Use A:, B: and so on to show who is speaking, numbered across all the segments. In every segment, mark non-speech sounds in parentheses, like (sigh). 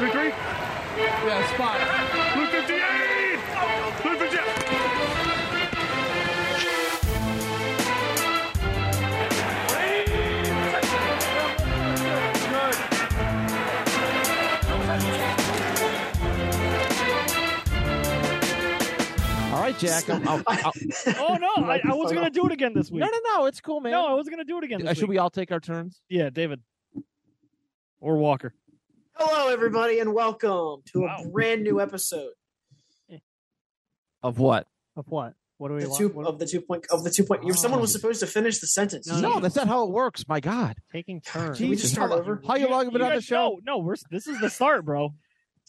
A: Victory? Yeah, spot. Blue 58! Blue 58!
B: All right, Jack. I'm, I'll, I'll,
C: Oh no, I, I was gonna do it again this week.
B: no, no, no. It's cool, man.
C: No, I was gonna do it again.
B: Uh,
C: This
B: should
C: week.
B: we all take our turns?
C: Yeah, David or Walker.
D: Hello, everybody, and welcome to
C: Wow.
D: a brand new episode
B: Of what?
C: Of what? What do we
D: the
C: want?
D: two,
C: What-
D: of the two point of the two point. you- Someone was supposed to finish the sentence.
B: No, that's not how it works. My God.
C: taking turns.
D: Can we just
B: Jesus,
D: start
B: how,
D: over?
B: How you long have been on the
C: guys-
B: show?
C: No, no, we're this is the start, bro.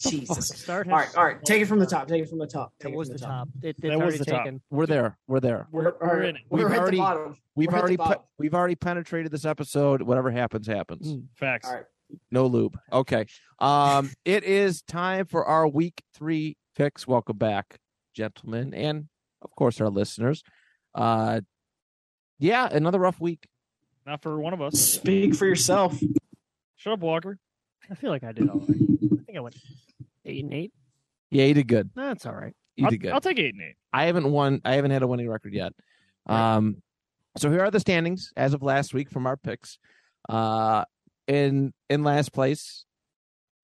E: (laughs)
D: Jesus.
E: Start
D: All right, all right. Take it from the top. Take it from the top. Take
E: That
D: it
E: was
D: from
E: the top. It, it's
C: That was
E: already
C: the top.
E: taken.
B: We're there. We're there.
C: We're, we're, in it.
B: We've
D: We're at
B: already-
D: the bottom.
B: We've
D: We're at the
B: already pe-
D: bottom.
B: we've already penetrated this episode. Whatever happens, happens.
C: Mm, Facts.
D: All right.
B: No lube. Okay. (laughs) Um, it is time for our week three picks. Welcome back, gentlemen, and of course our listeners. Uh, yeah, another rough week.
C: Not for one of us.
D: Speak for yourself.
C: Shut up, Walker.
E: I feel like I did all right.
C: I think I went.
E: Eight and eight.
B: Yeah, you did good.
E: That's all right.
B: You
C: I'll,
B: did good.
C: I'll take eight and eight.
B: I haven't won. I haven't had a winning record yet. Um, so here are the standings as of last week from our picks. Uh, in in last place.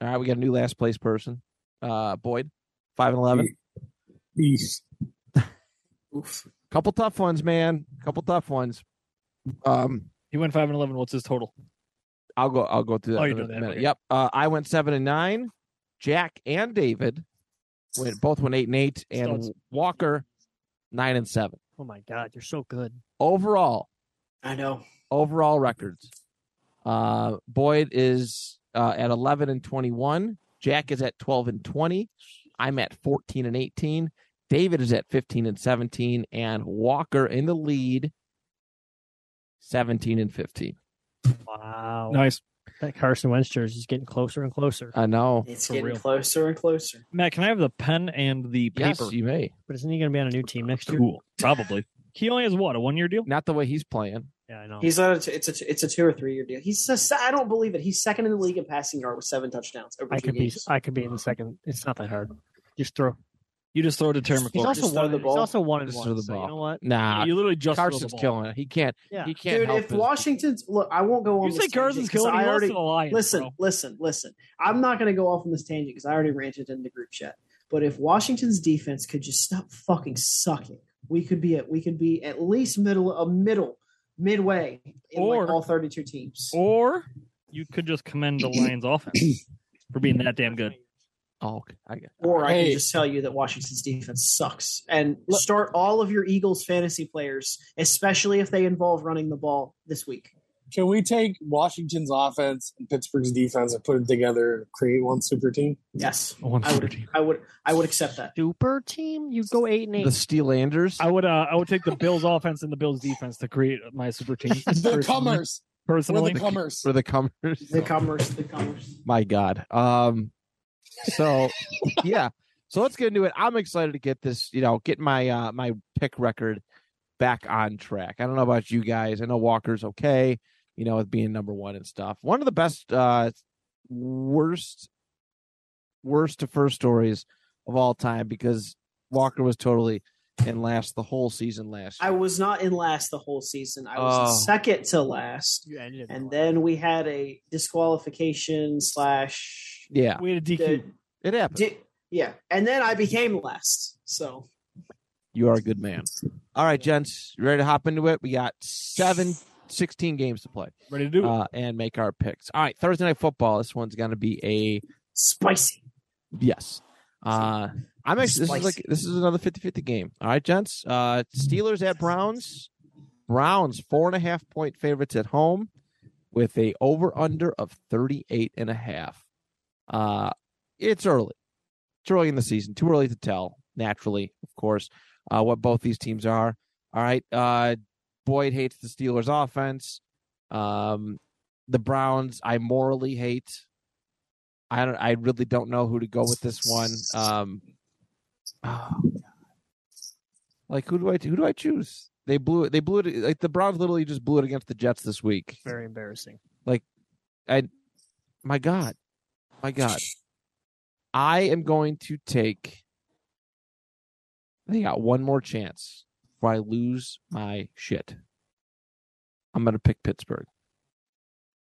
B: All right, we got a new last place person. Uh, Boyd, five and eleven.
F: East.
D: Oof.
B: Couple tough ones, man. Couple tough ones. Um,
C: He went five and eleven. What's his total?
B: I'll go. I'll go through that.
C: Oh,
B: in
C: you're
B: a
C: doing that,
B: minute.
C: okay.
B: Yep. Uh, I went seven and nine. Jack and David went both went eight and eight, and
C: Studs.
B: Walker nine and seven.
E: Oh my God, you're so good.
B: Overall,
D: I know.
B: overall records. Uh, Boyd is uh, at 11 and 21. Jack is at 12 and 20. I'm at 14 and 18. David is at 15 and 17. And Walker in the lead, 17 and 15.
E: Wow.
C: Nice.
E: That Carson Wentz jersey is getting closer and closer.
B: I know.
D: It's
C: For
D: getting
C: real.
D: closer and closer.
C: Matt, can I have the pen and the
B: Yes,
C: paper?
B: you may.
E: But isn't he going to be on a new team next year?
C: Cool. Probably. He only has what a one year deal.
B: Not the way he's playing.
E: Yeah, I know.
D: He's on a t- it's a it's a two or three year deal. He's a, I don't believe it. He's second in the league in passing yard with seven touchdowns. Over
E: I
D: two
E: could be.
D: games.
E: I could be in the second. It's not that hard. Just throw.
C: You just throw to Terry
E: He's
C: McLaurin.
D: Just
E: also
D: throw
E: one.
D: the
E: He's
D: ball.
E: also one and
B: Just
E: one.
B: throw the
E: so
B: ball.
E: you know what?
B: Nah.
C: You literally just throw the
B: Carson's
C: ball.
B: killing it. He can't.
E: Yeah.
B: He can't
D: Dude,
B: help
D: if
B: his-
D: Washington's look, I won't go on.
C: You
D: this
C: say Carson's
D: tangent 'cause
C: killing. He
D: I
C: lost
D: already
C: to the Lions.
D: Listen,
C: bro.
D: listen, listen. I'm not going to go off on this tangent because I already ranted in the group chat. But if Washington's defense could just stop fucking sucking, we could be at we could be at least middle a middle midway in
C: Or-
D: like all 32 teams.
C: Or you could just commend the Lions offense for being that damn good.
B: Oh, okay. I get
D: Or I
F: Hey.
D: can just tell you that Washington's defense sucks. And start all of your Eagles fantasy players, especially if they involve running the ball this week.
F: Can we take Washington's offense and Pittsburgh's defense and put it together and create one
E: (laughs)
F: super team?
D: Yes. I would
C: I
D: I would I would accept that.
E: Super team. You go eight and
B: the
E: eight.
B: Steelanders.
C: would uh, I would take the Bills offense and the Bills defense to create my super team.
F: The
C: personally.
F: Cummers. We're
C: personally.
F: the Cummers.
B: for the Cummers.
D: The commerce, the commerce.
B: my god um so (laughs) yeah so let's get into it i'm excited to get this you know get my uh my pick record back on track i don't know about you guys i know walker's okay you know with being number one and stuff one of the best uh worst worst to first stories of all time because walker was totally in last the whole season last
D: I
B: year.
D: was not in last the whole season. I was in
B: Oh.
D: second to last,
E: You ended it.
D: and then we had a disqualification slash.
B: yeah
C: We had a DQ.
D: the-
B: it happened
D: di- yeah, and then I became last. So
B: you are a good man all right gents you ready to hop into it we got seven 16 games to play
C: Ready to do it.
B: uh, and make our picks. All right, Thursday night football. This one's going to be a
D: spicy.
B: yes. Uh, I'm actually this is
D: Spicy.
B: like this is another 50-50 game. All right, gents. Uh, Steelers at Browns. Browns four and a half point favorites at home with a over under of 38 and a half. Uh, it's early. It's early in the season. Too early to tell, naturally, of course, uh, what both these teams are. All right. Uh, Boyd hates the Steelers offense. Um, the Browns, I morally hate. I don't. I really don't know who to go with this one. Um, oh, God. like who do I who do I choose? They blew it. They blew it. Like the Browns literally just blew it against the Jets this week.
E: Very embarrassing.
B: My God, my God, I am going to take. They got one more chance before I lose my shit. I'm going to pick Pittsburgh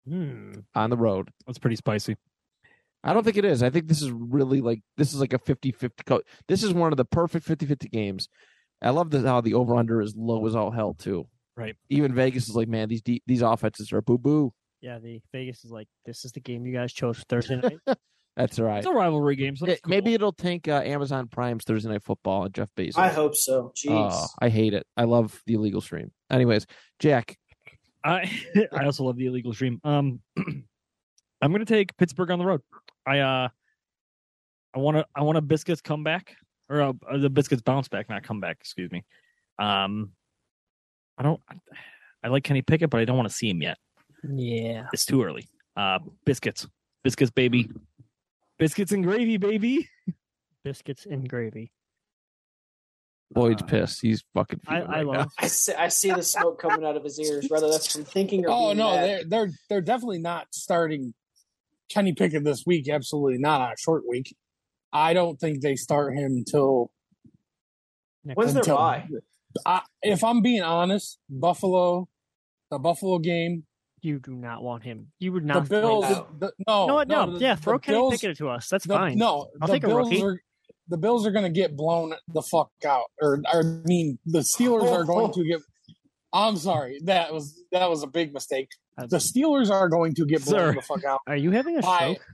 E: Hmm.
B: on the road.
G: That's pretty spicy.
B: I don't think it is. I think this is really like this is like a 50-50 co- This is one of the perfect 50-50 games. I love this how the over under is low as all hell too.
G: Right.
B: Even Vegas is like, man, these de- these offenses are boo boo.
E: Yeah, the Vegas is like, this is the game you guys chose for Thursday
F: (laughs)
E: night.
B: That's all right.
C: It's a rivalry game. So that's
B: It-
C: cool.
B: Maybe it'll tank uh, Amazon Prime's Thursday Night Football and Jeff Bezos.
D: I hope so. Jeez.
B: Oh, I hate it. I love the illegal stream. Anyways, Jack,
C: I (laughs) I also love the illegal stream. Um, (clears throat) I'm gonna take Pittsburgh on the road. I uh, I want to I want a biscuits comeback or uh the biscuits bounce back, not comeback. Excuse me. Um, I don't. I like Kenny Pickett, but I don't want to see him yet.
E: yeah.
C: It's too early. Uh, biscuits, biscuits, baby, biscuits and gravy, baby.
E: Biscuits and gravy.
B: Boyd's
C: Uh,
B: pissed. He's fucking.
E: I,
B: fuming
E: I
B: right now.
E: love
D: I see, I see the smoke coming out of his ears, whether that's from thinking or
F: Oh
D: being
F: no,
D: mad.
F: they're they're they're definitely not starting Kenny Pickett this week. Absolutely not on a short week. I don't think they start him until
E: next
D: When's their
F: until-
D: bye?
F: I, if I'm being honest, Buffalo, the Buffalo game,
E: You do not want him. You would not.
F: the Bills.
E: Like,
D: out.
F: The, no,
E: you know what? No.
F: the-
E: yeah,
F: the
E: throw Kenny
F: Bills-
E: Pickett to us. That's
F: the-
E: fine.
F: No,
E: I'll
F: the
E: take a
F: Bills
E: rookie.
F: are the Bills are going to get blown the fuck out, or I mean, the Steelers are going to get. I'm sorry, that was that was a big mistake.
E: Uh,
F: The Steelers are going to get blown
C: Sir.
F: the fuck out
E: Are you having a
F: by
E: stroke?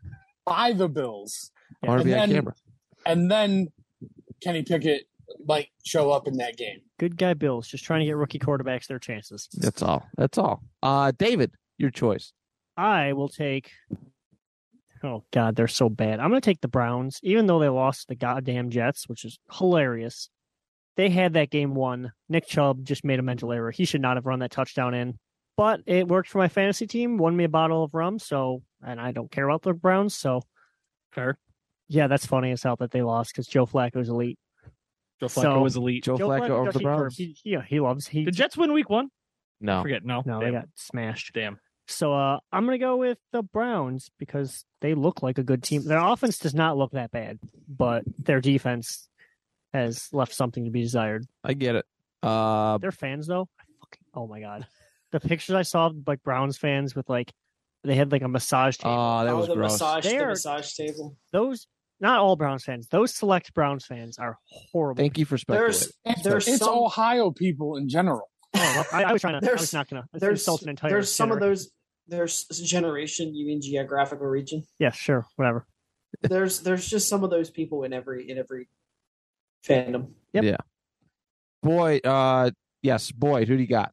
F: by the Bills.
B: I want to
F: And
B: be on
F: then-
B: camera.
F: and then Kenny Pickett might show up in that game.
E: Good guy, Bills. Just trying to get rookie quarterbacks their chances.
B: That's all. That's all. Uh, David, your choice.
E: I will take. Oh God, they're so bad. I'm going to take the Browns, even though they lost to the goddamn Jets, which is hilarious. They had that game won. Nick Chubb just made a mental error. He should not have run that touchdown in, but it worked for my fantasy team. Won me a bottle of rum. So, and I don't care about the Browns. So,
C: Fair.
E: yeah, that's funny as hell that they lost because Joe Flacco's elite.
C: Joe Flacco
E: So-
C: was elite.
B: Joe, Flacco over
E: does-
B: the
E: he-
B: Browns.
E: He, yeah, he loves. He
C: Did Jets win Week One?
B: No,
C: Forget no.
E: no,
C: Damn.
E: they got smashed.
C: Damn.
E: So uh, I'm going to go with the Browns because they look like a good team. Their offense does not look that bad, but their defense has left something to be desired.
B: I get it. Uh,
E: Their fans, though, I fucking, oh my god, the pictures I saw of, like Browns fans with like they had like a massage table.
F: Uh,
B: oh, that
D: oh,
B: was
D: the
B: gross.
D: massage,
E: They
D: the
E: are-
D: massage table.
E: Those not all Browns fans. Those select Browns fans are horrible.
B: Thank you for speculating.
D: There's
F: It's,
D: There's
F: it's
D: some-
F: Ohio people in general.
E: Oh, I, I was trying to. I
D: There's-
E: was not going to
D: there's
E: insult an entire.
D: there's some of
E: gener-
D: those. There's generation. You mean geographical region?
E: Yeah, sure, whatever.
D: There's there's just some of those people in every in every fandom.
B: Boy, uh, yes, Boyd. Who do you got?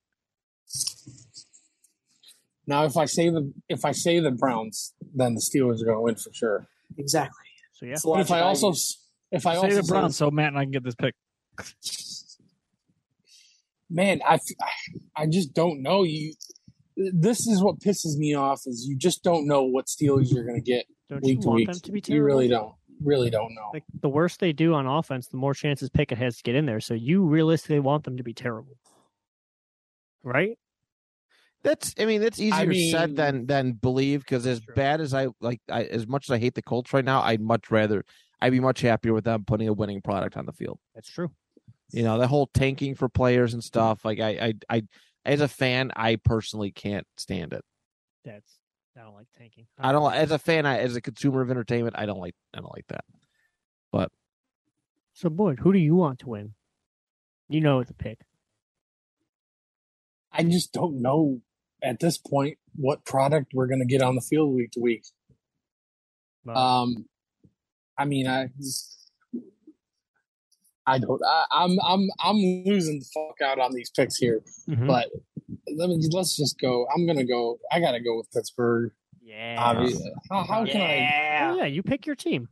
F: Now, if I say the if I say the Browns, then the Steelers are going to win for sure.
D: Exactly.
E: So yeah,
D: It's
F: But if
D: logic
F: I also
D: use.
F: if I
C: Say
F: also
C: the Browns, so Matt and I can get this pick.
F: man, I I just don't know you. This is what pisses me off is you just don't know what Steelers you're going to get
E: don't you
F: week to
E: want
F: week.
E: them to be terrible?
F: You really don't, really don't know.
E: like the worse they do on offense, the more chances Pickett has to get in there. So you realistically want them to be terrible, right?
B: That's. I mean, that's easier said
F: mean-
B: than than believe. Because as
E: True.
B: bad as I like, I, as much as I hate the Colts right now, I'd much rather. I'd be much happier with them putting a winning product on the field.
E: That's true.
B: You know, the whole tanking for players and stuff. Like I, I, I as a fan, I personally can't stand it.
E: That's I don't like tanking.
B: I don't. As a fan, I, as a consumer of entertainment, I don't like. I don't like that.
E: So Boyd, who do you want to win? You know the pick.
F: I just don't know at this point what product we're going to get on the field week to week.
E: Well,
F: Um, I mean, I, I don't. I, I'm, I'm, I'm losing the fuck out on these picks here.
E: mhm.
F: but- Let me let's just go. I'm gonna go. I gotta go with Pittsburgh.
E: yeah,
F: Obviously, how, how can I?
E: Oh, yeah. You pick your team.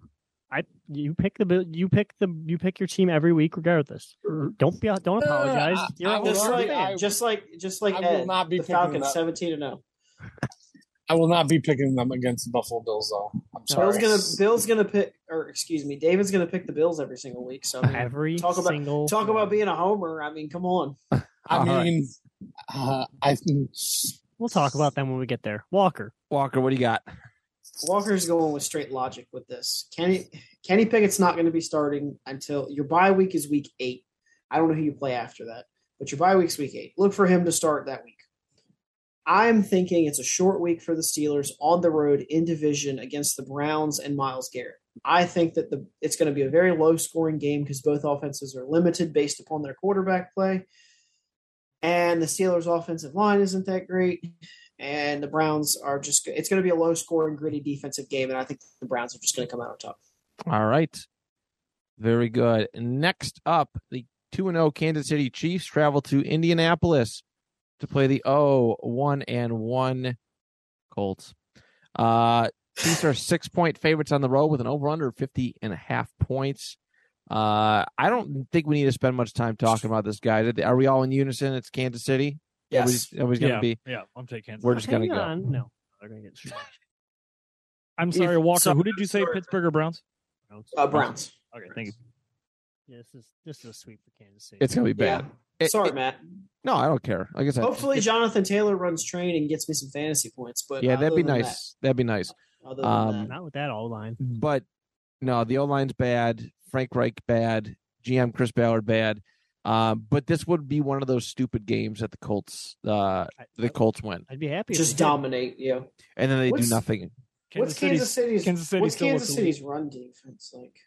E: I you pick the Bill- you pick the you pick your team every week regardless. Don't be don't
F: no, no,
E: apologize.
F: I-
E: You're
F: I
E: a
F: will
D: Just
E: Hawks
F: not-
D: like,
E: fan.
F: I-
D: just like, just like
F: I will
D: Ed,
F: not be
D: the
F: picking it
D: Falcons,
F: up.
D: seventeen and oh. zero.
F: I will not be picking them against the Buffalo Bills, though. I'm sorry.
D: Bill's gonna, Bill's gonna pick, or excuse me, David's gonna pick the Bills every single week. So I mean,
E: Every
D: Talk about-
E: single
D: talk about being a homer. I mean, come on.
F: I
B: All right.
F: mean, uh, I think
E: We'll talk about them when we get there. Walker.
B: Walker, what do you got?
D: Walker's going with straight logic with this. Kenny Kenny Pickett's not going to be starting until your bye week is week eight. I don't know who you play after that, but your bye week's week eight. Look for him to start that week. I'm thinking it's a short week for the Steelers on the road in division against the Browns and Miles Garrett. I think that the it's going to be a very low scoring game because both offenses are limited based upon their quarterback play. And the Steelers' offensive line isn't that great and the Browns are just it's going to be a low scoring gritty defensive game and I think the Browns are just going to come out on top.
B: All right. Very good. Next up, the 2 0 Kansas City Chiefs travel to Indianapolis to play the 0 1 and 1 Colts. Uh, Chiefs are six point favorites on the road with an over under 50 and a half points. Uh, I don't think we need to spend much time talking about this guy. Did- Are we all in unison? It's Kansas City. Everybody's, everybody's
C: yeah,
B: going to be.
C: yeah. I'm taking. Kansas.
B: We're just going to
E: Hang
B: go.
E: on. No. They're gonna get destroyed.
C: I'm sorry,
B: If-
C: Walker.
D: so-
C: who did you say?
D: sorry.
C: Pittsburgh or Browns?
D: Uh, Browns.
C: Okay, thank you.
E: Yeah, this is this is a sweep for Kansas City.
B: It's going to be bad.
D: Yeah.
B: It-
D: Sorry,
B: it-
D: Matt.
B: no, I don't care. Like I said,
D: Hopefully
B: it-
D: Jonathan Taylor runs train and gets me some fantasy points, but
B: yeah,
D: other
B: that'd be
D: than
B: nice. That'd be nice.
D: that- other than
B: Um,
D: that,
E: not with that all line.
B: but no, the O line's bad. Frank Reich bad. GM Chris Ballard bad. Um, but this would be one of those stupid games that the Colts uh,
E: I,
B: the Colts win,
E: I'd be happy. if
D: just
E: they did.
D: dominate, yeah.
B: and then they
D: What's-
B: do nothing.
D: what's Kansas City's
C: Kansas City
D: what's
C: still
D: Kansas
C: looks
D: City's run defense like?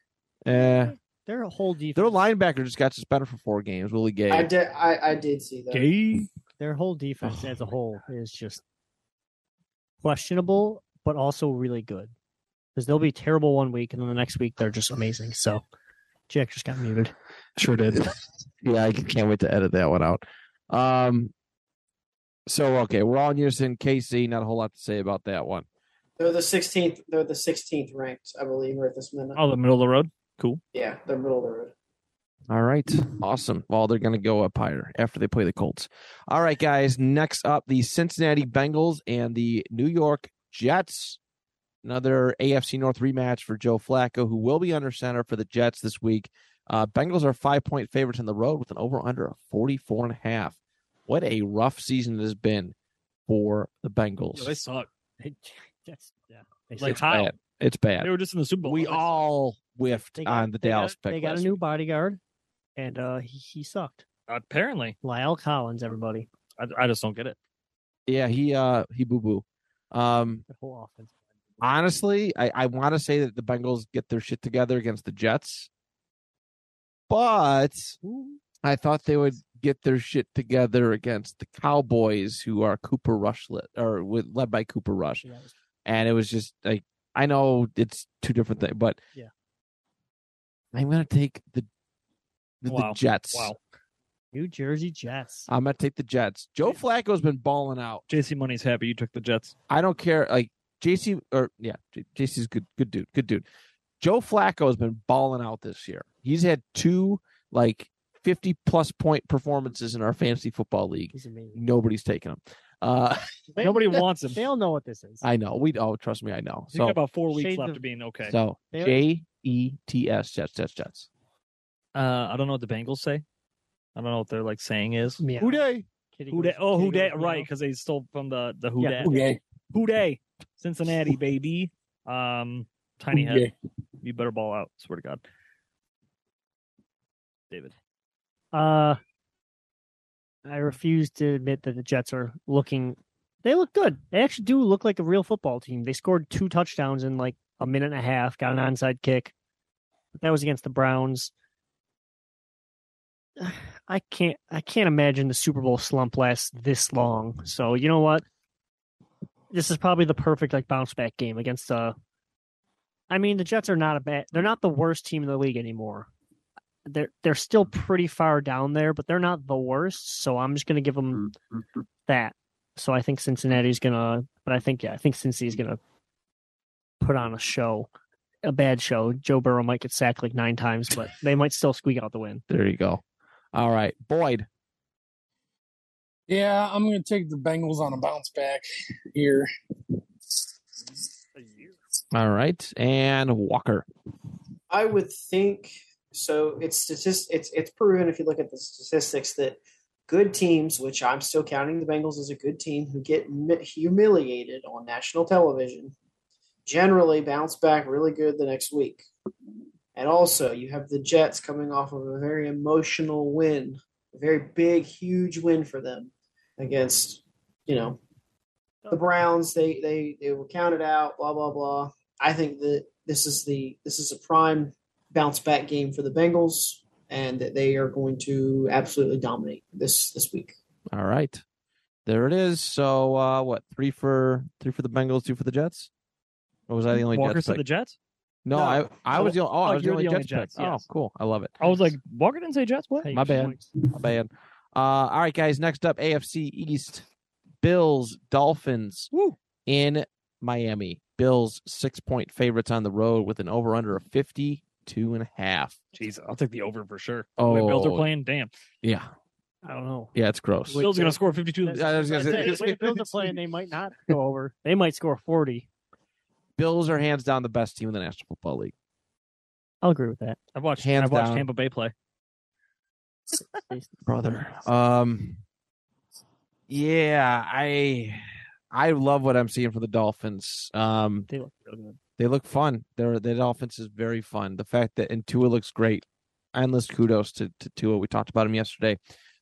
B: Eh,
E: Their whole defense.
B: their linebacker just got suspended for four games. Willie Gay.
D: I did I, I did see that.
C: Gay.
E: their whole
B: Oh
E: defense as a whole is just questionable, but also really good. Because they'll be terrible one week, and then the next week they're just amazing. So, Jack just
B: (laughs)
E: got muted.
C: Sure did.
B: yeah, I can't wait to edit that one out. Um, so okay, we're all in unison. KC, not a whole lot to say about that one.
D: They're the sixteenth they're the sixteenth ranked, I believe, right this minute.
C: Oh, the middle of the road.
D: Yeah, they're middle of the road.
B: All right. Awesome. Well, they're going to go up higher after they play the Colts. All right, guys. Next up, the Cincinnati Bengals and the New York Jets. Another AFC North rematch for Joe Flacco, who will be under center for the Jets this week. Uh, Bengals are five point favorites on the road with an over under of 44 and a half. What a rough season it has been for the Bengals.
C: Yeah, they suck.
E: That's yeah.
C: Like
B: it's
C: how?
B: bad. It's bad.
C: They were just in the Super Bowl.
B: We
C: They
B: all whiffed
E: They
B: on the
E: they
B: Dallas
E: got,
B: pick.
E: They got a
B: last
E: new
B: week.
E: bodyguard, and uh, he, he sucked.
C: suck. Apparently,
E: Lyle Collins, everybody,
C: I, I just don't get it.
B: Yeah, he uh he boo boo. Um
E: the whole offense.
B: honestly, I, I want to say that the Bengals get their shit together against the Jets, but I thought they would get their shit together against the Cowboys, who are Cooper Rush led, or with, led by Cooper Rush,
E: Yeah, it was-
B: and it was just like I know it's two different things, but
E: Yeah.
B: I'm gonna take the the, the
C: Wow.
B: Jets.
C: Wow.
E: New Jersey Jets.
B: I'm gonna take the Jets. Joe Flacco's been balling out.
C: JC Money's happy you took the Jets.
B: I don't care. Like JC or yeah, J- JC's good, good dude, good dude. Joe Flacco has been balling out this year. He's had two like fifty plus point performances in our fantasy football league.
E: He's amazing.
B: Nobody's taking him. Uh, (laughs)
C: Nobody wants him.
E: They all know what this is.
C: Uh,
B: I know. We oh, trust me, I know.
C: He's got
B: So
C: about four weeks
E: Shades
C: left
E: of-
C: of being okay.
B: so
E: They-
B: J E T S Jets Jets Jets.
C: Uh, I don't know what the Bengals say. I don't know what their like saying is.
E: Yeah.
C: Who day?
E: Kitty
C: Who
E: goes-
C: day? Oh,
E: kitty
C: who day?
E: goes meow.
C: Right, because they stole from the the who
E: Yeah,
C: day.
F: okay.
C: Who day? Cincinnati baby. Um, tiny head.
F: okay.
C: You better ball out. Swear to God. David.
E: Uh, I refuse to admit that the Jets are looking. They look good. They actually do look like a real football team. They scored two touchdowns in like a minute and a half. Got an onside kick. But that was against the Browns. (sighs) I can't. I can't imagine the Super Bowl slump lasts this long. So you know what? This is probably the perfect like bounce back game against. Uh, I mean the Jets are not a bad. They're not the worst team in the league anymore they're they're still
B: Mm-hmm.
E: pretty far down there, but they're not the worst. So I'm just gonna give them
B: Mm-hmm.
E: that. So I think Cincinnati's gonna, but I think yeah, I think Cincy's gonna put on a show. a bad show. Joe Burrow might get sacked like nine times, but they might still squeak out the win.
B: There you go. All right, Boyd.
F: Yeah, I'm going to take the Bengals on a bounce back here.
B: All right, and Walker.
D: I would think so. It's statist, It's it's proven if you look at the statistics that good teams, which I'm still counting the Bengals as a good team, who get mi- humiliated on national television, generally bounce back really good the next week. And also, you have the Jets coming off of a very emotional win, a very big, huge win for them against, you know, the Browns. They they they were counted out. Blah blah blah. I think that this is the this is a prime bounce back game for the Bengals, and that they are going to absolutely dominate this this (laughs) week.
B: All right, there it is. So uh, what? Three for three for the Bengals, two for the Jets. Or was I the only
C: Walker
B: Jets
C: said
B: pick?
C: the Jets.
B: no,
C: No.
B: I I was the only. Oh, I
C: Oh,
B: was the
C: you're
B: only
C: the only
B: Jets,
C: Jets,
B: pick.
C: yes.
B: Oh, cool. I love it.
C: I was like, Walker didn't say Jets. What?
E: Hey,
B: My bad.
E: points.
B: My bad. Uh, all right, guys. Next up, AFC East. Bills, Dolphins
C: Woo.
B: in Miami. Bills six point favorites on the road with an over under of 52 and a half.
C: Jeez, I'll take the over for sure.
B: Oh,
C: Wait, Bills are playing. Damn,
B: yeah.
E: I don't know.
B: Yeah, it's gross.
E: Wait,
C: Bills are gonna
E: that-
C: score fifty-two.
E: that's-
B: I was gonna say-
E: Hey, wait, Bills are playing. They might not go over. They might score forty.
B: Bills are hands down the best team in the National Football League.
E: I'll agree with that.
C: I watched.
B: Hands
C: I watched
B: down.
C: Tampa Bay play.
B: brother. Um, yeah, I I love what I'm seeing for the Dolphins. Um,
E: They look real good.
B: they look fun. Their their offense is very fun. The fact that and Tua looks great. Endless kudos to, to Tua. We talked about him yesterday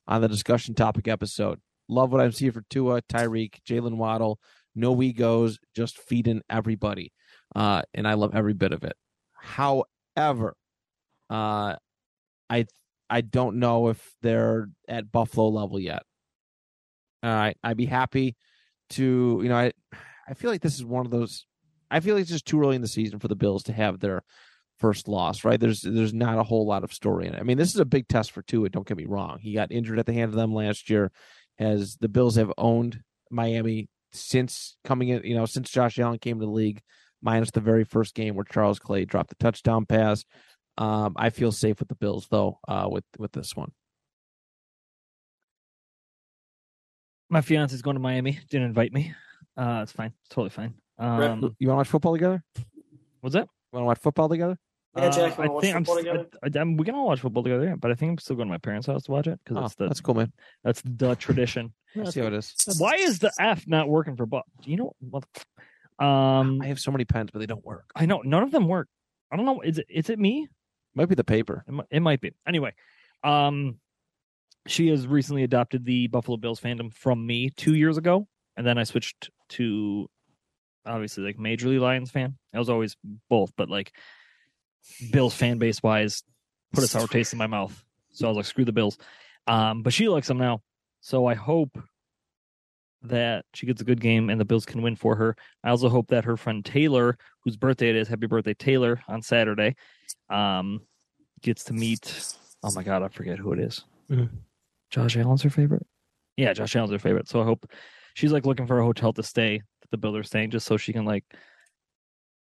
B: on the discussion topic episode. Love what I'm seeing for Tua, Tyreek, Jalen Waddle. No we goes, just feeding everybody. Uh, and I love every bit of it. However, uh, I I don't know if they're at Buffalo level yet. All right, I'd be happy to you know I I feel like this is one of those I feel like it's just too early in the season for the Bills to have their first loss, right? There's there's not a whole lot of story in it. I mean, this is a big test for Tua. Don't get me wrong. He got injured at the hand of them last year. As the Bills have owned Miami since coming in, you know, since Josh Allen came to the league, minus the very first game where Charles Clay dropped the touchdown pass. Um, I feel safe with the Bills though, uh, with with this one.
C: My fiance's going to Miami. Didn't invite me. Uh, it's fine. It's totally fine. Um,
B: You want to watch football together?
C: what's that?
B: Want to watch football together?
D: Yeah, Jack,
C: Uh,
D: wanna
C: I
D: watch
C: think I'm.
D: football
C: s-
D: together?
C: I, I, I'm- we can all watch football together, yeah, but I think I'm still going to my parents' house to watch it
B: Oh,
C: because that's the
B: that's cool, man.
C: that's the tradition.
B: I see how it is.
C: Why is the F not working for Buck? You know, what? um,
B: I have so many pens, but they don't work.
C: I know none of them work. I don't know. Is it? Is it me?
B: Might be the paper.
C: It might, it might be. Anyway, um, she has recently adopted the Buffalo Bills fandom from me two years ago, and then I switched to obviously like Major League Lions fan. I was always both, but like Bills fan base wise, put a sour taste in my mouth. So I was like, screw the Bills. Um, but she likes them now, so I hope that she gets a good game and the Bills can win for her. I also hope that her friend Taylor, whose birthday it is, happy birthday Taylor on Saturday, um, gets to meet. Oh my God, I forget who it is.
E: Mhm.
C: Josh Allen's her favorite. Yeah, Josh Allen's her favorite. So I hope she's like looking for a hotel to stay that the Bills are staying, just so she can like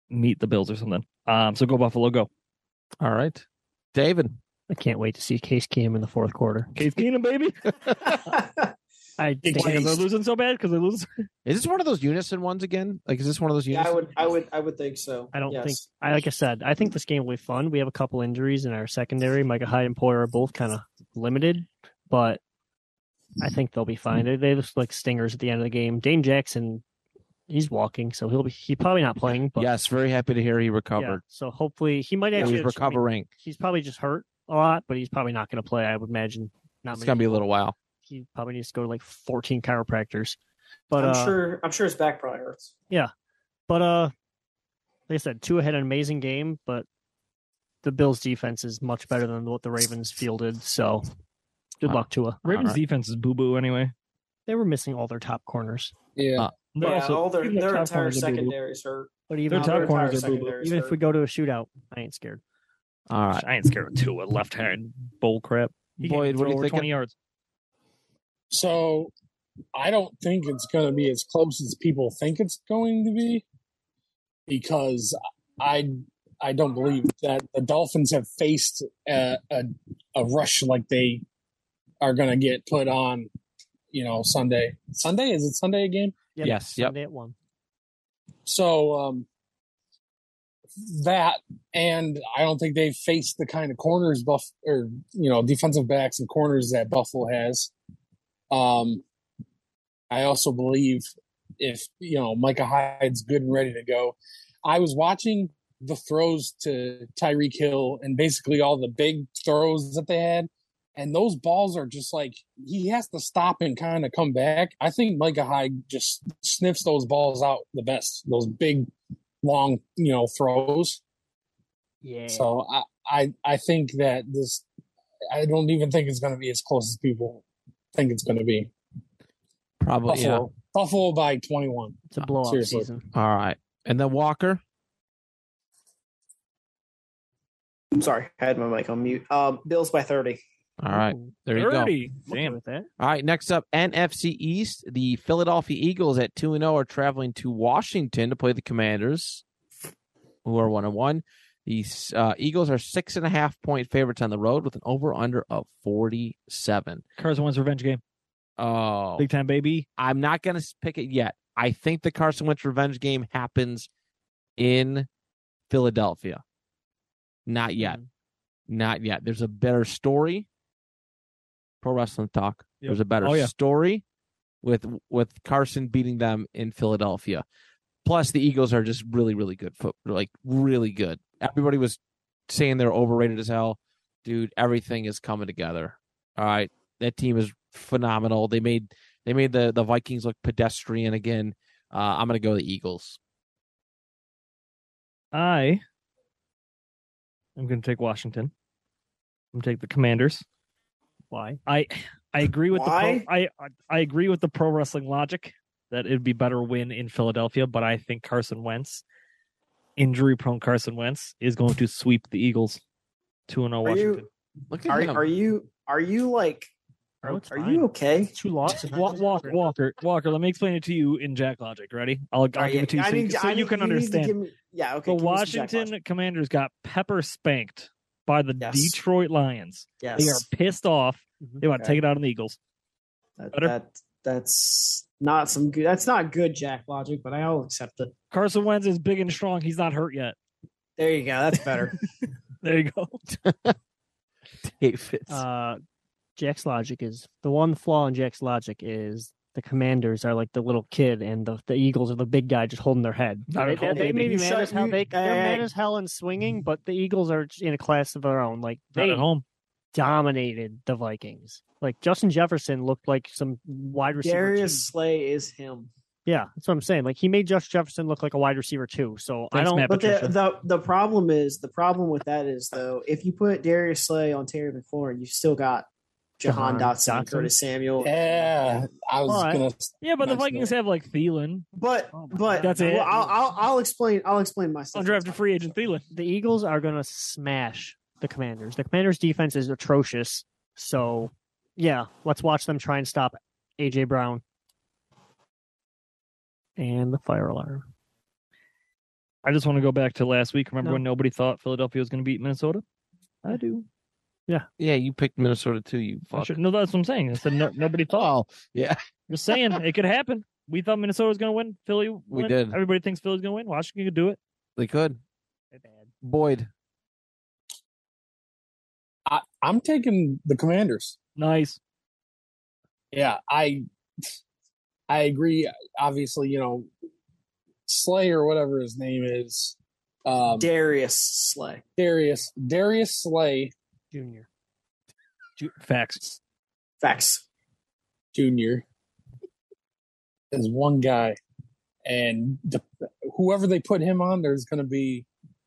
C: meet the Bills or something. Um, so go Buffalo, go.
B: All right, David.
E: I can't wait to see Case Keenum in the fourth quarter.
C: Case Keenum, baby.
E: I
C: They
E: think
C: are losing so bad because they (laughs) lose.
B: Is this one of those unison ones again? Like, is this one of those
D: yeah, I
B: unison?
D: would, I would, I would think so.
E: I don't
D: Yes.
E: think I like I said, I think this game will be fun. We have a couple injuries in our secondary. Micah Hyde and Poyer are both kind of limited, but I think they'll be fine. They, they look like stingers at the end of the game. Dane Jackson, he's walking, so he'll be he probably not playing, but
B: yes, very happy to hear he
E: yeah.
B: recovered.
E: So hopefully he might
B: Yeah,
E: actually
B: he's recovering.
E: he's probably just hurt a lot, but he's probably not going to play. I would imagine not.
B: it's
E: many
B: gonna be a
E: people.
B: little while.
E: He probably needs to go to like 14 chiropractors. But
D: I'm
E: uh,
D: sure. I'm sure his back probably hurts.
E: But uh, like I said, Tua had an amazing game, but the Bills' defense is much better than what the Ravens fielded. So good
B: Uh,
E: luck, Tua.
C: Ravens
B: All right.
C: defense is boo boo anyway.
E: They were missing all their top corners,
F: Yeah.
B: Uh,
C: They're
D: yeah,
C: also-
D: all their
C: even their
D: their
C: top
D: entire
C: corners are boo-boo.
D: secondaries hurt.
E: but
C: Their
E: even
D: No,
C: top
D: entire
C: corners are boo-boo.
D: secondaries
E: even if
D: hurt.
E: we go to a shootout, I ain't scared.
B: All right,
C: I ain't scared of Tua. Left hand bull crap. He can't
B: Boyd, what
C: throw
B: are you
C: over
B: thinking?
C: Twenty yards.
F: So I don't think it's going to be as close as people think it's going to be because I I don't believe that the Dolphins have faced a, a, a rush like they are going to get put on, you know, Sunday. Sunday is it Sunday again?
E: Yep,
B: Yes, yep.
E: Sunday at one.
F: So um, that and I don't think they've faced the kind of corners buff or you know defensive backs and corners that Buffalo has. Um, I also believe if you know Micah Hyde's good and ready to go. I was watching the throws to Tyreek Hill and basically all the big throws that they had. And those balls are just like he has to stop and kind of come back. I think Micah Hyde just sniffs those balls out the best. Those big, long, you know, throws.
E: Yeah.
F: So I, I, I think that this. I don't even think it's going to be as close as people think it's going to be.
B: Probably. Yeah.
F: Buffalo, Buffalo by twenty-one.
E: it's a blowout
F: seriously.
E: season.
B: All right. And then Walker.
D: I'm sorry, I had my mic on mute. Um, Bills by 30.
B: All right.
E: Ooh,
B: There you go.
C: Thirty.
E: Damn
C: Damn.
E: with that.
B: All right, next up, NFC East. The Philadelphia Eagles at 2 0 are traveling to Washington to play the Commanders, who are 1 1. The uh, Eagles are six and a half point favorites on the road with an over under of 47.
C: Carson Wentz revenge game.
B: Oh,
C: Big time, baby.
B: I'm not going to pick it yet. I think the Carson Wentz revenge game happens in Philadelphia. Not yet.
C: Mm-hmm.
B: Not yet. There's a better story. Pro wrestling talk.
C: Yep.
B: There's a better
C: Oh, yeah.
B: story with with Carson beating them in Philadelphia. Plus, the Eagles are just really, really good. Foot, like really good. Everybody was saying they're overrated as hell. Dude, everything is coming together. All right, that team is phenomenal. They made they made the the Vikings look pedestrian again. Uh, I'm gonna go the Eagles.
C: I am going to take Washington. I'm going to take the Commanders.
E: Why?
C: I I agree with
D: Why?
C: the pro, I I agree with the pro wrestling logic that it'd be better win in Philadelphia, but I think Carson Wentz, injury prone Carson Wentz, is going to sweep the Eagles. Two and oh zero
D: Are
C: Washington.
D: you,
B: Look at
D: are,
B: him.
D: are you, are you like,
E: No,
D: are,
E: it's
D: are
E: fine.
D: you (laughs) okay?
E: Two losses.
C: Wa- Walk, Walker, Walker. Let me explain it to you in Jack logic. Ready? I'll, I'll
D: Alright,
C: give it to you
D: I
C: so, you-
D: need-
C: so
D: I
C: you
D: need-
C: can
D: need to
C: understand.
D: give me- yeah,
C: the
D: okay. give me some Jack
C: Washington
D: Logic.
C: Commanders got pepper spanked by the
D: Yes.
C: Detroit Lions.
D: Yes.
C: They are pissed off.
E: Mhm.
C: They want to
D: Okay.
C: take it out on the Eagles.
D: That,
C: Better.
D: that that's not some good. That's not good Jack logic, but I'll accept it.
C: Carson Wentz is big and strong. He's not hurt yet.
D: There you go. That's (laughs) better.
C: There you go.
B: Davis.
E: Uh, Jack's logic is the one flaw in Jack's logic is the commanders are like the little kid and the, the Eagles are the big guy just holding their head.
C: Not
E: They,
C: a whole
E: they, they may be
D: baby. You
E: mad
D: shut-
E: as hell.
D: you-
E: They, they're
D: hey,
E: mad
D: hey.
E: as hell and swinging, but the Eagles are in a class of their own. Like
C: (laughs) Not
E: they
C: at home.
E: dominated the Vikings. Like Justin Jefferson looked like some wide receiver. two.
D: Darius Slay is him.
E: Yeah, that's what I'm saying. Like he made Josh Jefferson look like a wide receiver too. So I
C: Thanks,
E: don't.
C: Matt
D: But the,
C: Patricia.
D: the the problem is the problem with that is though if you put Darius Slay on Terry McLaurin, you've still got Jahan
E: Jahan
D: Dotson, and
E: Dotson.
D: Curtis Samuel.
F: Yeah, I was
E: But-
F: gonna.
C: Yeah, but the
F: Nice
C: Vikings
F: move.
C: have like Thielen,
D: But
E: Oh my
D: but
E: God.
C: That's it.
D: Well, I'll, I'll I'll explain. I'll explain myself.
C: undrafted free agent Thielen.
E: The Eagles are going to smash the Commanders. The Commanders' defense is atrocious. So yeah, let's watch them try and stop AJ Brown and the fire alarm.
C: I just want to go back to last week. Remember
E: No.
C: when nobody thought Philadelphia was going to beat Minnesota? I do.
B: yeah, you picked Minnesota too. You
C: I
B: fuck.
C: should- no, that's what I'm saying. I said no, nobody (laughs) thought.
B: Oh, yeah.
C: Just saying, it could happen. We thought Minnesota was going to win. Philly, won.
B: did.
C: Everybody thinks Philly's going to win. Washington could do it.
B: They could. Boyd.
F: I, I'm taking the Commanders.
C: Nice.
F: Yeah, I, I agree. Obviously, you know, Slay or whatever his name is, um,
D: Darius Slay.
F: Darius Darius Slay
E: Junior.
C: Ju- Facts.
D: Facts.
F: Jr. is one guy, and the, whoever they put him on, there's going to be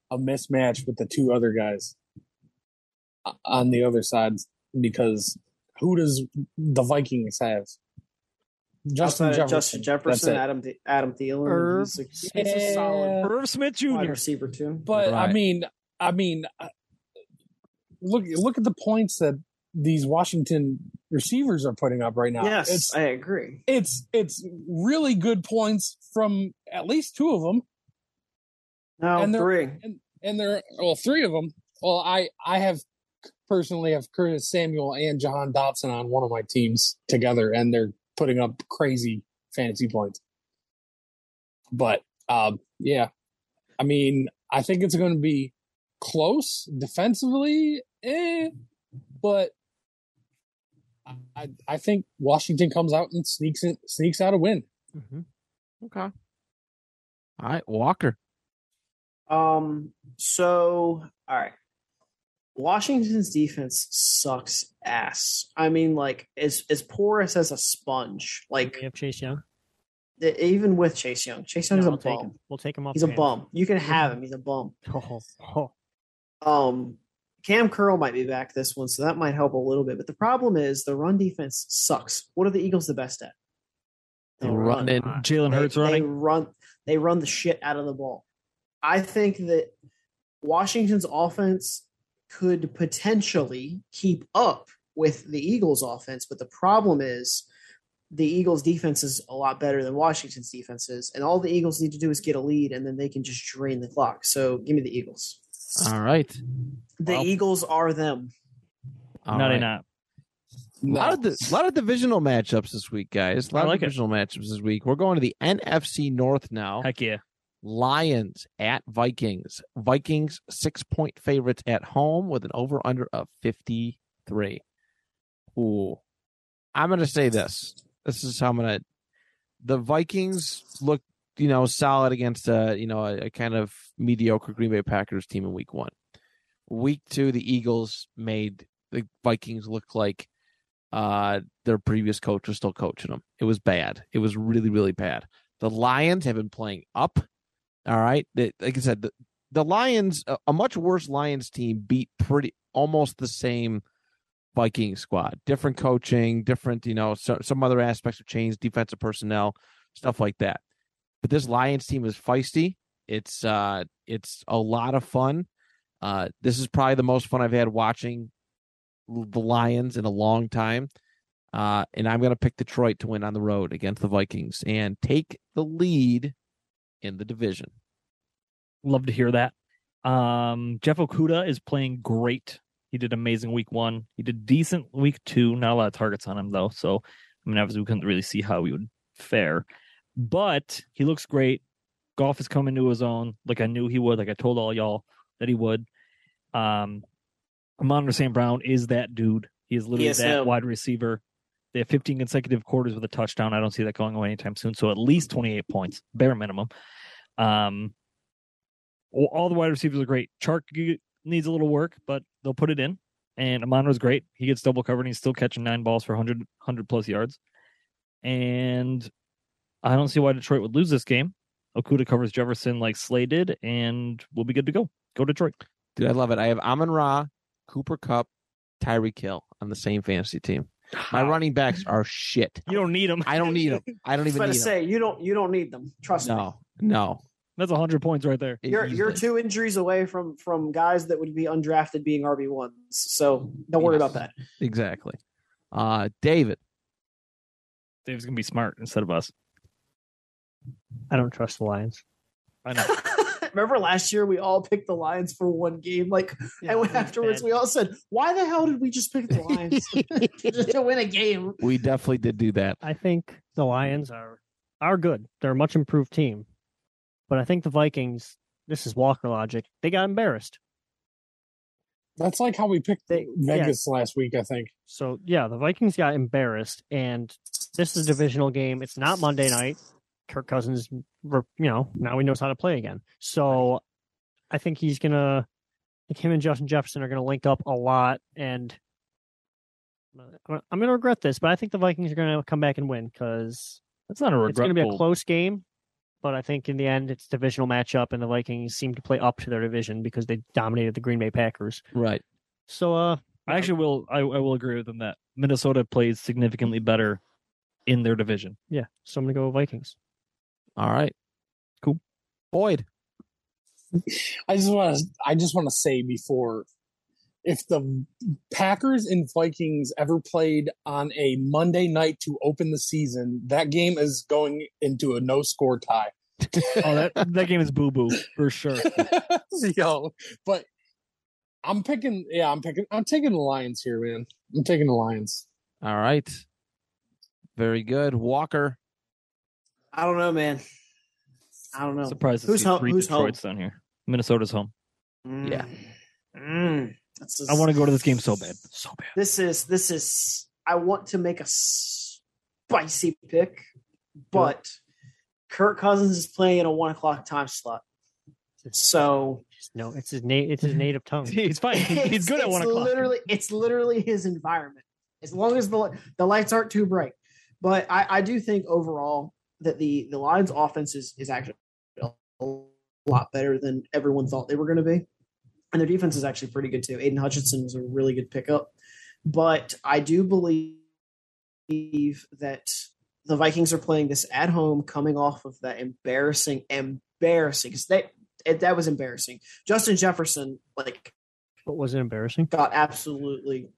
F: a mismatch with the two other guys o- on the other side because who does the Vikings have? Justin
D: Outside of Uh,
F: Jefferson.
D: Justin
F: That's
D: Jefferson,
F: it.
D: Adam Adam Thielen.
E: Irv
D: he's a- he's
F: Yeah.
D: a solid
C: Irv Smith
D: wide
C: Jr.
D: receiver too.
F: But I
B: Right.
F: mean, I mean, I- look look at the points that these Washington receivers are putting up right now.
D: yes,
F: It's-
D: I agree.
F: it's it's really good points from at least two of them
D: No,
F: and they're-
D: three.
F: and they're well, three of them. Well, I I have personally have Curtis Samuel and Jahan Dotson on one of my teams together, and they're putting up crazy fantasy points. But um, yeah, I mean, I think it's going to be close defensively, eh, but I I think Washington comes out and sneaks in, sneaks out a win.
B: Okay. All right, Walker.
D: Um. So, all right. Washington's defense sucks ass. I mean, like as as porous as a sponge. Like
E: We have Chase Young.
D: e- even with Chase Young, Chase Young's
E: No,
D: a
E: we'll, take
D: bum.
E: him. we'll take him off.
D: He's a
E: your
D: bum. You can have him. He's a bum.
E: hands. Oh, oh.
D: Um, Cam Curl might be back this one, so that might help a little bit. But the problem is the run defense sucks. What are the Eagles the best at? They run.
B: Running.
C: Uh, Jalen
D: They-
C: Hurts
D: they
C: running.
D: run. They run the shit out of the ball. I think that Washington's offense could potentially keep up with the Eagles' offense, but the problem is the Eagles' defense is a lot better than Washington's defense is, and all the Eagles need to do is get a lead, and then they can just drain the clock. So give me the Eagles.
B: All right.
D: The
B: Well-
D: Eagles are them.
B: All
C: no,
B: right.
C: they not.
B: A lot of the lot of divisional matchups this week, guys. A lot
C: I like
B: of
C: it.
B: divisional matchups this week. We're going to the NFC North now.
C: Heck yeah.
B: Lions at Vikings. Vikings six point favorites at home with an over under of fifty three. Ooh, I'm gonna say this. This is how I'm gonna. The Vikings look, you know, solid against a you know a, a kind of mediocre Green Bay Packers team in Week One. Week Two, the Eagles made the Vikings look like uh their previous coach was still coaching them. It was bad. It was really really bad. The Lions have been playing up. All right. They- like I said, the, the Lions, a, a much worse Lions team, beat pretty almost the same Viking squad. Different coaching, different, you know, so, some other aspects of change, defensive personnel, stuff like that. But this Lions team is feisty. It's uh, it's a lot of fun. Uh, this is probably the most fun I've had watching l- the Lions in a long time. Uh, and I'm going to pick Detroit to win on the road against the Vikings and take the lead in the division.
C: Love to hear that. Um, Jeff Okuda is playing great. He did amazing week one. He did decent week two. Not a lot of targets on him though. So I mean, obviously we couldn't really see how he would fare, but he looks great. Golf is coming to his own, like I knew he would. Like I told all y'all that he would. Um, Amon St. Brown is that dude. He is literally
D: Yes,
C: that
D: him.
C: wide receiver. They have 15 consecutive quarters with a touchdown. I don't see that going away anytime soon. So at least 28 points, bare minimum. Um, all all the wide receivers are great. Chark g- needs a little work, but they'll put it in. And Amonra's great. He gets double covered. And he's still catching nine balls for 100, 100 plus yards. And I don't see why Detroit would lose this game. Okuda covers Jefferson like Slay did, and we'll be good to go. Go Detroit.
B: Dude, I love it. I have Amon Ra, Cooper Cup, Tyreek Hill on the same fantasy team. My running
D: (laughs)
B: backs are shit.
C: You don't need him.
B: I don't need them. I don't
D: I was
B: even
D: about
B: need
D: to
B: them.
D: say you don't you don't need them. Trust me.
B: No, no.
C: (laughs) That's 100 points right there.
D: You're you're
B: Easily.
D: two injuries away from from guys that would be undrafted being RB ones. So don't worry
B: Yes.
D: about that.
B: Exactly. Uh,
D: (laughs)
B: David.
C: Dave's going to be smart instead of us.
E: I don't trust the Lions.
C: I
D: (laughs)
C: know.
D: Remember last year we all picked the Lions for one game, like, and afterwards we all said, "Why the hell did we just pick the (laughs) Lions just to win a game?"
B: (laughs) We definitely did do that.
E: I think the Lions are are good. They're a much improved team, but I think the Vikings. This is Walker logic. They got embarrassed.
F: That's like how we picked
E: They-
F: Vegas last week. I think
E: So yeah, the Vikings got embarrassed, and this is a divisional game. It's not Monday night. Kirk Cousins, you know, now he knows how to play again. So I think he's gonna. I think him and Justin Jefferson are gonna link up a lot, and I'm I'm gonna regret this, but I think the Vikings are gonna come back and win because
C: That's not a
E: it's gonna
C: regretful.
E: be a close game. But I think in the end, it's a divisional matchup, and the Vikings seem to play up to their division because they dominated the Green Bay Packers.
B: Right.
E: So uh,
C: I actually will. I, I will agree with them that Minnesota plays significantly better in their division.
E: yeah, so I'm gonna go Vikings.
B: All right.
C: Cool.
B: Boyd.
F: I just want to. I just want to say before, if the Packers and Vikings ever played on a Monday night to open the season, that game is going into a no score tie. (laughs)
C: Oh, (laughs) that that game is boo boo for (laughs) sure.
F: Yo, but I'm picking. Yeah, I'm picking. I'm taking the Lions here, man. I'm taking the Lions.
B: All right. Very good. Walker.
D: I don't know, man. I don't know.
C: Surprised to
D: Who's
C: see
D: home-
C: three
D: who's home?
C: Detroits down here. Minnesota's home.
D: Mm.
B: Yeah.
D: Mm. That's just-
C: I want to go to this game so bad, so bad.
D: This is this is. I want to make a spicy pick, but Kirk Cousins is playing in a one o'clock time slot, so
E: No, it's his na- it's his native tongue.
C: He's fine.
D: (laughs)
C: He's, he's good at
D: it's
C: one o'clock.
D: Literally, it's literally his environment. As long as the li- the lights aren't too bright, but I, I do think overall that the the Lions' offense is is actually a lot better than everyone thought they were going to be, and their defense is actually pretty good too. Aiden Hutchinson was a really good pickup, but I do believe that the Vikings are playing this at home, coming off of that embarrassing, embarrassing because that that was embarrassing. Justin Jefferson like
E: But was it embarrassing?
D: got absolutely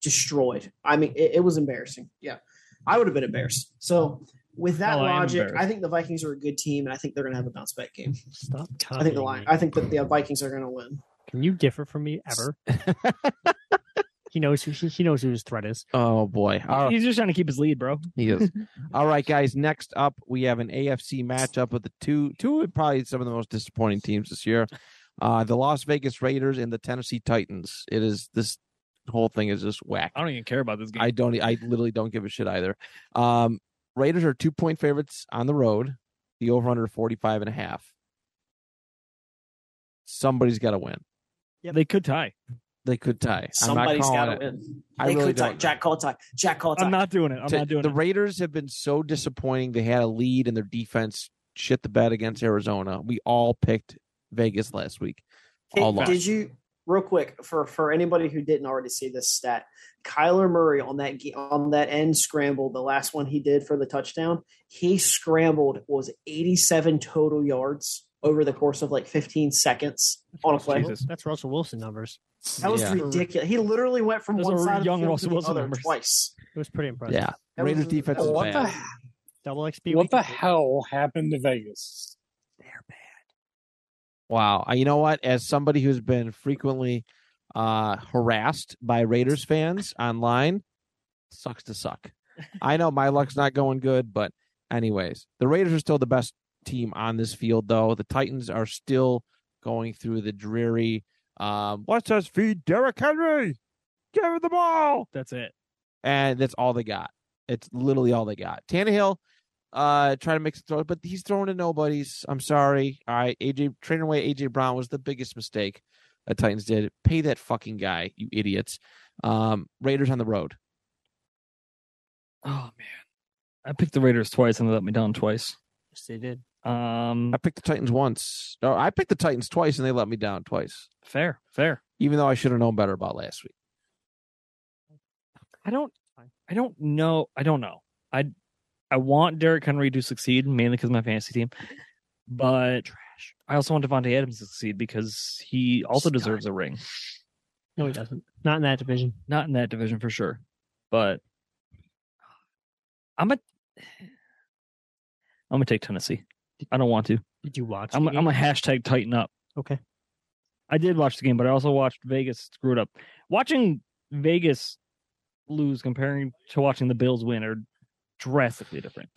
D: destroyed. I mean, it, it was embarrassing. Yeah, I would have been embarrassed. So, with that
B: Oh,
C: Well, I am
D: logic, I
C: embarrassed.
D: think the Vikings are a good team, and I think they're going to have a bounce back game.
E: Stop.
D: I think the
E: copying
D: line.
E: me.
D: I think that the Vikings are going to win.
E: Can you differ from me ever? he knows. He, he knows who his threat is.
B: Oh boy. All right.
C: He's just trying to keep his lead, bro.
B: He is.
D: (laughs)
B: All right, guys. Next up, we have an AFC matchup with the two, two of probably some of the most disappointing teams this year, uh, the Las Vegas Raiders and the Tennessee Titans. It is this whole thing is just whack.
C: I don't even care about this game.
B: I don't. e, I literally don't give a shit either. Um, Raiders are two point favorites on the road. The over under 45 and a half. Somebody's got to win.
C: They could tie.
B: They could tie.
D: Somebody's
B: I'm not
D: got
B: calling
D: to
B: it.
D: win.
B: I
D: they
B: really
D: could tie.
B: don't.
D: Jack call tie. Jack call tie.
C: I'm not doing it. I'm
B: to-
C: not doing
B: the
C: it.
B: Raiders have been so disappointing. They had a lead and their defense shit the bed against Arizona. We all picked Vegas last week.
D: Hey,
B: all lost.
D: did you real quick for for anybody who didn't already see this stat? Kyler Murray on that ge- on that end scramble, the last one he did for the touchdown, he scrambled was 87 total yards over the course of like 15 seconds on a play.
C: Jesus.
E: That's Russell Wilson numbers.
D: That was
B: Yeah.
D: ridiculous. He literally went from
C: Those
D: one
C: are
D: side of
C: young
D: the field
C: Russell
D: to the
C: Wilson
D: other
C: numbers.
D: twice.
E: It was pretty impressive.
B: Yeah,
D: That
B: Raiders
D: was-
B: defense
D: that
B: is
D: was-
F: What
B: bad.
F: the
E: Double XP.
F: what the
E: weekend.
F: hell happened to Vegas?
E: They're bad.
B: Wow. Uh, You know what? As somebody who's been frequently uh, harassed by Raiders
C: (laughs)
B: fans online, sucks to suck. I know my luck's not going good, but anyways, the Raiders are still the best team on this field, though. The Titans are still going through the dreary. Um, Let's just feed Derrick Henry. Give him the ball
C: That's it.
B: and that's all they got. It's literally all they got. Tannehill, uh, trying to make some throws, but he's throwing to nobody's. I'm sorry. All right, AJ trading away AJ Brown was the biggest mistake the Titans did. Pay that fucking guy, you idiots. Um, Raiders on the road.
C: Oh man, I picked the Raiders twice and they let me down twice.
E: Yes, they did.
C: Um,
B: I picked the Titans once. No, I picked the Titans twice, and they let me down twice.
C: fair, fair.
B: Even though I should have known better about last week.
C: I don't. I don't know. I don't know. I I want Derrick Henry to succeed mainly because my fantasy team, but trash. I also want Devontae Adams to succeed because he also
E: Scott.
C: deserves a ring.
E: No, he doesn't. Not in that division.
C: Not in that division for sure, but I'm a (sighs) I'm gonna take Tennessee. I don't want to.
E: Did you watch?
C: I'm
E: the
C: a, I'm a
E: game?
C: hashtag Titan up.
E: Okay.
C: I did watch the game, but I also watched Vegas screw it up. Watching Vegas lose comparing to watching the Bills win are drastically different.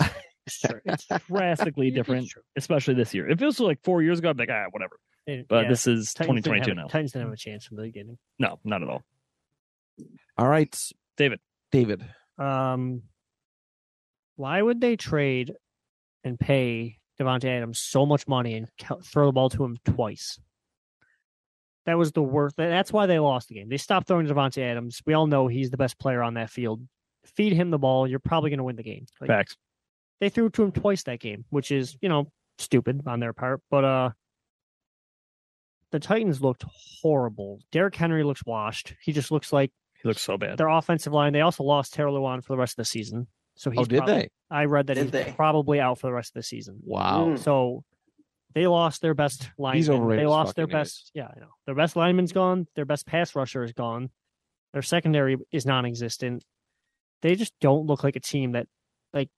E: It's true. It's
C: drastically
E: It's
C: different,
E: true.
C: especially this year. If it was like four years ago, I'd be like, ah, whatever.
E: They-
C: But
E: yeah,
C: this is
E: Titans didn't
C: 2022
E: have
C: now.
E: a- Titans didn't have a chance from the beginning.
C: No, not at all.
B: All right,
C: David.
B: David.
E: Um, why would they trade and pay Devontae Adams so much money and ca- throw the ball to him twice? That was the worst. that- That's why they lost the game. They stopped throwing to Devontae Adams. We all know he's the best player on that field. Feed him the ball. You're probably going to win the game. Like,
C: Facts.
E: they threw it to him twice that game, which is, you know, stupid on their part. But uh the Titans looked horrible. Derrick Henry looks washed. He just looks like
C: He looks so bad.
E: their offensive line. They also lost Terrell Luan for the rest of the season. So he's
B: oh, did
E: prob-
B: they?
E: I read that
D: Did
E: he's
D: they?
E: probably out for the rest of the season.
B: Wow.
D: Mm.
E: So they lost their best lineman.
B: overrated
E: They
B: as
E: lost their
B: fucking is.
E: best. Yeah, I know. Their best lineman's gone. Their best pass rusher is gone. Their secondary is non-existent. They just don't look like a team that, like,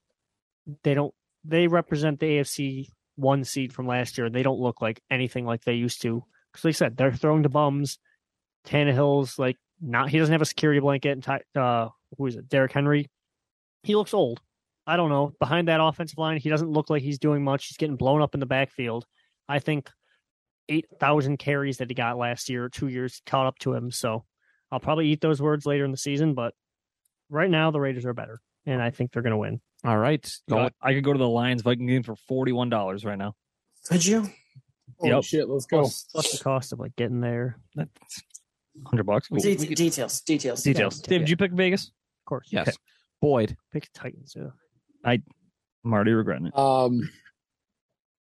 E: they don't. They represent the AFC one seed from last year. They don't look like anything like they used to. Because like I said, they're throwing to bums. Tannehill's like not. He doesn't have a security blanket. And Ty, uh, who is it? Derrick Henry. He looks old. I don't know. Behind that offensive line, he doesn't look like he's doing much. He's getting blown up in the backfield. I think eight thousand carries that he got last year, two years caught up to him. So I'll probably eat those words later in the season. But right now, the Raiders are better, and I think they're going to win.
B: All right.
C: Go- I could go to the Lions Viking game for forty one dollars right now.
D: Could you?
F: Holy
C: Yep.
F: shit, let's go.
E: Plus, plus the cost of like getting there.
C: That's hundred bucks. Cool.
D: De- details. Details.
C: Details. Dave, did you pick Vegas?
E: Of course,
B: Yes.
C: Okay.
B: Boyd.
E: pick the Titans. uh, Yeah.
C: I'm already regretting it.
F: Um,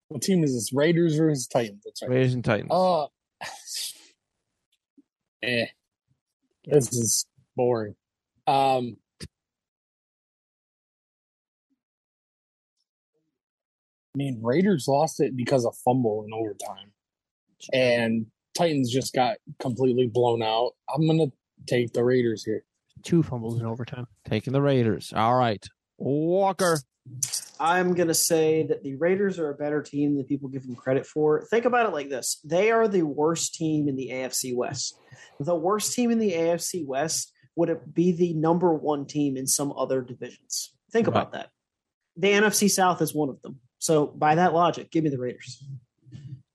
F: what team is this? Raiders versus Titans. That's right.
B: Raiders and Titans.
F: Uh, (laughs) eh, this is boring. Um, I mean, Raiders lost it because of fumble in overtime, and Titans just got completely blown out. I'm gonna take the Raiders here.
E: Two fumbles in overtime.
B: Taking the Raiders. All right. Walker.
D: I'm going to say that the Raiders are a better team than people give them credit for. Think about it like this they are the worst team in the AFC West. The worst team in the AFC West would it be the number one team in some other divisions. Think about that. The NFC South is one of them. So, by that logic, give me the Raiders.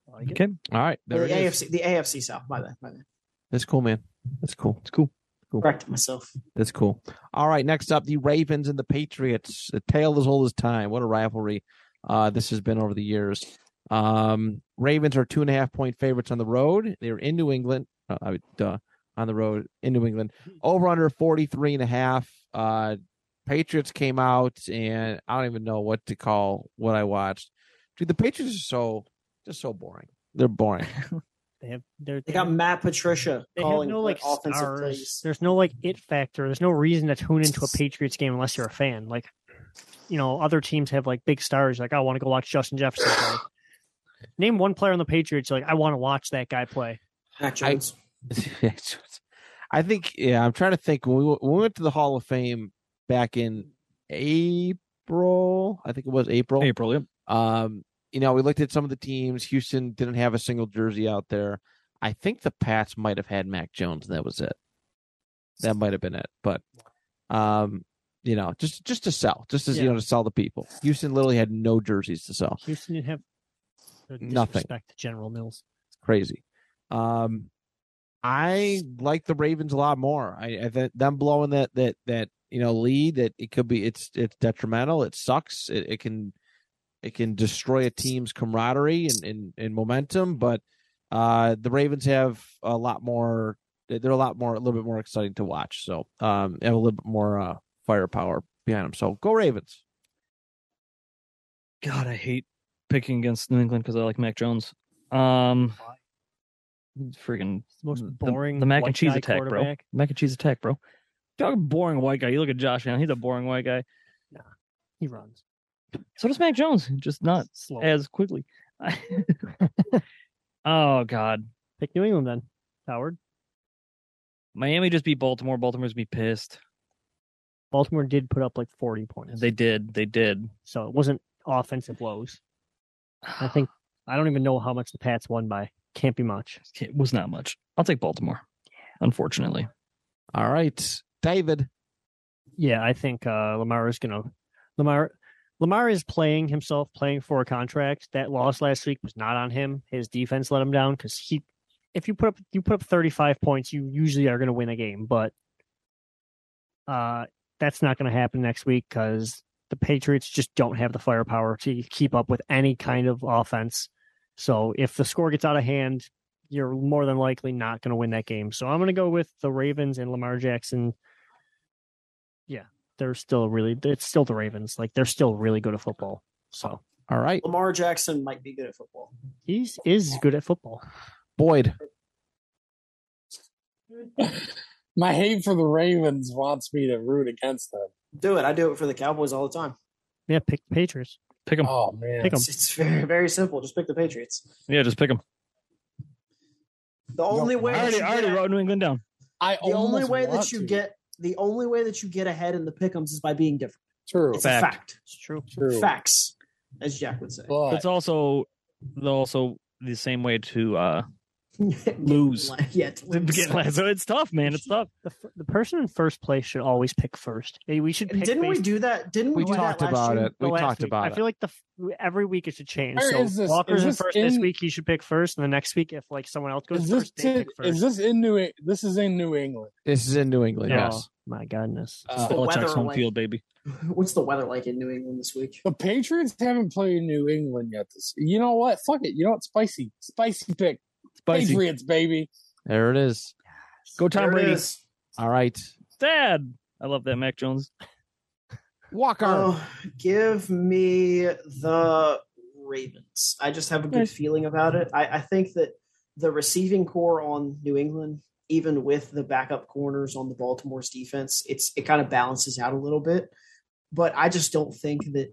E: I like it.
C: Okay,
B: All right. There
D: Or
B: it
D: the
B: is.
D: AFC, the AFC South. My bad. My bad.
B: That's cool, man. That's cool.
C: it's cool.
D: Corrected myself.
B: That's cool. All right, next up, the Ravens and the Patriots. A tale as old as time. What a rivalry uh, this has been over the years. Um, Ravens are two and a half point favorites on the road. They're in New England. Uh, I would, uh, on the road in New England. Over under 43 and a half. Uh, Patriots came out, and I don't even know what to call what I watched. Dude, the Patriots are so, just so boring. They're boring.
E: They have they're,
D: They got Matt Patricia
E: they have
D: calling
E: no like
D: offensive
E: stars.
D: plays.
E: There's no like it factor. There's no reason to tune into a Patriots game unless you're a fan. Like, you know, other teams have like big stars. Like, I want to go watch Justin Jefferson play. Name one player on the Patriots. Like, I want to watch that guy play.
D: Mac Jones.
B: (laughs) I think yeah, I'm trying to think. When we w- when we went to the Hall of Fame back in April, I think it was April.
C: April. Yep.
B: Um, you know, we looked at some of the teams. Houston didn't have a single jersey out there. I think the Pats might have had Mac Jones, and that was it. That might have been it. But um, you know, just just to sell, just as you
E: Yeah.
B: know, to sell the people. Houston literally had no jerseys to sell.
E: Houston didn't have they're
B: Nothing.
E: disrespect to General Mills.
B: crazy. Um, I like the Ravens a lot more. I, I th- them blowing that that that you know lead that it could be it's it's detrimental. It sucks. It, it can it can destroy a team's camaraderie and and, and momentum. But uh, the Ravens have a lot more. They're a lot more, a little bit more exciting to watch. So um, they have a little bit more uh, firepower behind them. So go Ravens.
C: God, I hate picking against New England because I like Mac Jones. Um, freaking
E: It's the most
C: Mm, the-
E: boring.
C: The, mac
E: white
C: and cheese
E: guy
C: attack, bro.
E: quarterback.
C: Mac and cheese attack, bro. Dog, boring white guy. You look at Josh now. He's a boring white guy.
E: He runs
C: So does Mac Jones. Just not
E: slow.
C: as quickly. (laughs) oh God,
E: Pick New England then, Howard.
C: Miami just beat Baltimore. Baltimore's be pissed.
E: Baltimore did put up like 40 points,
C: They did. They did.
E: so it wasn't offensive woes. I think I don't even know how much the Pats won by. Can't be much.
C: it was not much. I'll take Baltimore. Unfortunately,
B: All right, David.
E: Yeah, I think uh, Lamar is gonna Lamar Lamar is playing himself, playing for a contract. That loss last week was not on him. His defense let him down because he, if you put up you put up thirty five points, you usually are going to win a game. But uh, that's not going to happen next week because the Patriots just don't have the firepower to keep up with any kind of offense. So if the score gets out of hand, you're more than likely not going to win that game. So I'm going to go with the Ravens and Lamar Jackson they're still really it's still the Ravens. Like they're still really good at football. So
B: All right,
D: Lamar Jackson might be good at football.
E: he's is good at football.
B: Boyd.
F: (laughs) My hate for the Ravens wants me to root against them.
D: Do it. I do it for the Cowboys all the time.
E: Yeah, pick the Patriots.
C: pick them.
F: Oh man,
E: Pick them.
D: It's, it's very very simple. Just pick the Patriots.
C: Yeah, just pick them.
D: The only way
C: I
D: that
C: already,
D: you
C: I already
D: get-
C: wrote New England down.
F: I
D: the only
F: almost
D: way that
F: want
D: you
F: to.
D: get the only way that you get ahead in the pickums is by being different.
F: true,
D: It's a
C: Fact.
D: fact.
E: It's true.
F: true.
D: Facts. as Jack would (laughs) say.
F: But
C: It's also also the same way to uh lose.
D: yeah, to
C: to (laughs)
D: lose.
C: get last. So it's tough, man. It's tough.
E: The, f- the person in first place should always pick first. Hey, We should. Pick
D: Didn't we
E: based-
D: do that? Didn't we,
B: We
D: do
B: talked
D: that last
B: about
D: year?
B: it. We
E: last
B: talked
E: week.
B: about
E: I
B: it.
E: feel like the f- every week it should change.
F: Where
E: so
F: is this?
E: Walker's
F: Is
E: in
F: this
E: first this
F: in-
E: week. He should pick first, and the next week, if like someone else goes
F: is this
E: first, they
F: t-
E: pick first.
F: is this in New Eng- this is in New England?
B: This is in New England.
C: Yeah.
B: Yes.
E: Oh My goodness.
F: Uh,
D: The weather
C: Belichick's home
D: away.
C: field, baby.
D: What's the weather like in New England this week?
F: The Patriots haven't played New England yet. This, you know what? Fuck it. You know what? Spicy, spicy pick.
C: Spicy.
F: Patriots, baby.
B: There it is.
C: Go Tom
D: There it
C: Brady.
D: is.
B: All right.
C: Dad. I love that Mac Jones.
B: Walker.
D: Oh, give me the Ravens. I just have a good
C: Nice.
D: feeling about it. I, I think that the receiving core on New England, even with the backup corners on the Baltimore's defense, it's it kind of balances out a little bit. But I just don't think that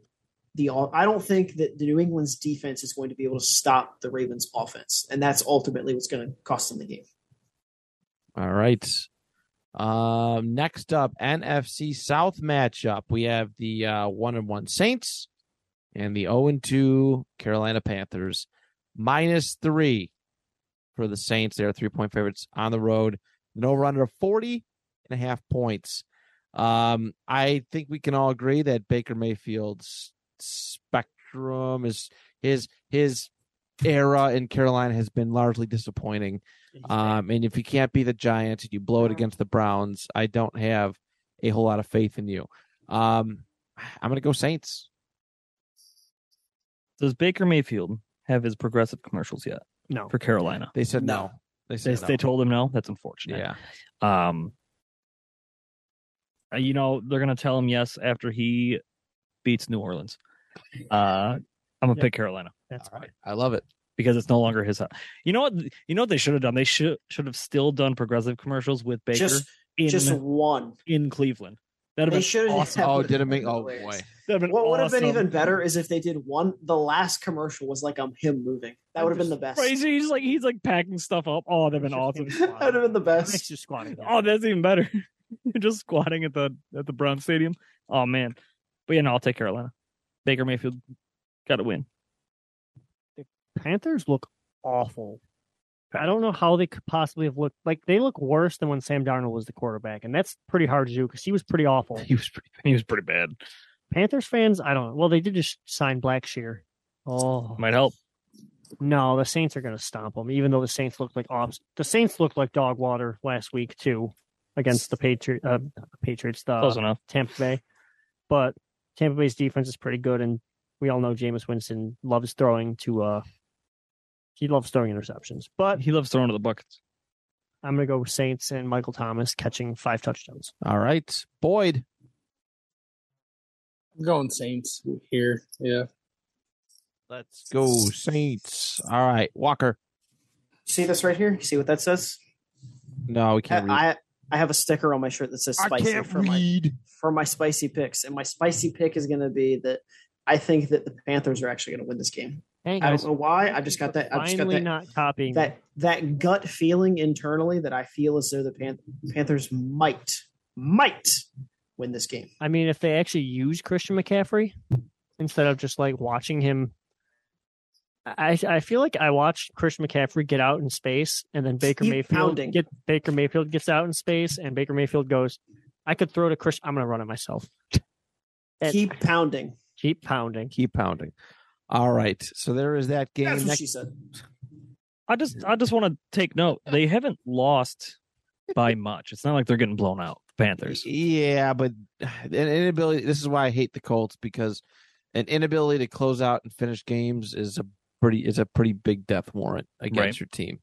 D: the I don't think that the New England's defense is going to be able to stop the Ravens' offense, and that's ultimately what's going to cost them the game.
B: All right. Um, next up, NFC South matchup. We have the uh, one and one Saints and the 0 and 2 Carolina Panthers. Minus three for the Saints. They are three point favorites on the road. No runner of 40 and a half points. Um, I think we can all agree that Baker Mayfield's spectrum is his his era in Carolina has been largely disappointing. Um, and if you can't be the Giants and you blow it against the Browns, I don't have a whole lot of faith in you. Um, I'm gonna go Saints.
C: Does Baker Mayfield have his progressive commercials yet
E: no.
C: for Carolina?
B: They said no.
D: No.
B: They
C: They,
B: said no.
C: they told him no. That's unfortunate.
B: yeah.
C: Um, uh, you know they're gonna tell him yes after he beats New Orleans. Uh, I'm gonna
E: Yeah.
C: pick Carolina
E: That's
B: All right. I love it.
C: because it's no longer his. hou- You know what? You know what they should have done. They should should have still done progressive commercials with Baker
D: Just
C: in
D: just one.
C: in Cleveland. That'd
D: They
C: have
D: should
C: been
D: have.
C: awesome.
B: Oh, didn't make. Oh boy.
C: That'd have been
D: What would have been
C: awesome.
D: even better is if they did one. The last commercial was like um him moving. That would have been the best.
C: Crazy. He's like he's like packing stuff up. Oh, that'd have been awesome.
D: (laughs) that would have been the
E: Next
D: best.
E: to squatting.
C: Oh, that's even better. (laughs) You're just squatting at the at the Brown Stadium. Oh man. But yeah, no, I'll take Carolina. Baker Mayfield got to win.
E: Panthers look awful. I don't know how they could possibly have looked like they look worse than when Sam Darnold was the quarterback, and that's pretty hard to do because he was
C: (laughs)
E: pretty awful.
B: He was pretty.
C: (laughs) He was pretty bad.
E: Panthers fans, I don't know. Well, they did just sign Blackshear. Oh
C: Might help.
E: no, the Saints are going to stomp them. Even though the Saints looked like ops, the Saints looked like dog water last week too against the Patriot, uh, Patriots, the
C: Close enough.
E: Tampa Bay. But Tampa Bay's defense is pretty good, and we all know Jameis Winston loves throwing to. uh He loves throwing interceptions, but
C: He loves throwing to the buckets.
E: I'm going to go with Saints and Michael Thomas catching five touchdowns.
B: All right, Boyd.
F: I'm going Saints here. Yeah.
B: Let's go Saints. All right, Walker.
D: See this right here? See what that says?
B: No, we can't read.
D: I I have a sticker on my shirt that says spicy for my for my spicy picks, and my spicy pick is going to be that I think that the Panthers are actually going to win this game.
E: Hey
D: I don't know why. I just got that. I just got
E: Finally,
D: that.
E: not copying.
D: That that gut feeling internally that I feel as though the Pan- Panthers might might win this game.
E: I mean, if they actually use Christian McCaffrey instead of just like watching him, I I feel like I watched Christian McCaffrey get out in space, and then Baker
D: Keep
E: Mayfield
D: pounding.
E: get Baker Mayfield gets out in space, and Baker Mayfield goes, "I could throw to Chris. I'm going to run it
D: (laughs)
E: myself." And
D: Keep pounding.
E: keep pounding.
B: Keep pounding. All right, so there is that game.
D: That's what
B: Next-
D: she said.
C: I just I just want to take note. They haven't lost
B: (laughs)
C: by much. It's not like they're getting blown out. Panthers.
B: Yeah, but (sighs) an inability. This is why I hate the Colts because an inability to close out and finish games is a pretty is a pretty big death warrant against
C: Right.
B: your team.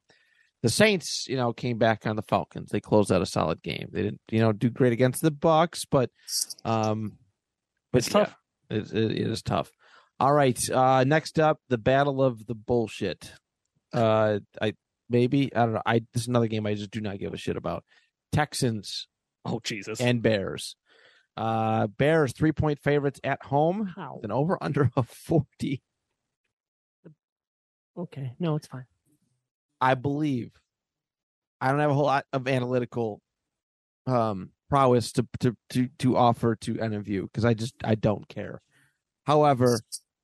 B: The Saints, you know, came back on the Falcons. They closed out a solid game. They didn't, you know, do great against the Bucks, but um, but
C: It's tough.
B: yeah, it, it, it is tough. All right, uh, next up, the battle of the bullshit. Uh, I maybe I don't know. I this is another game I just do not give a shit about. Texans
C: Oh Jesus.
B: and Bears. Uh, Bears three point favorites at home.
E: How?
B: An over (laughs) under of forty,
E: Okay, no, it's fine.
B: I believe. I don't have a whole lot of analytical um prowess to to to, to offer to any of you because I just I don't care. However,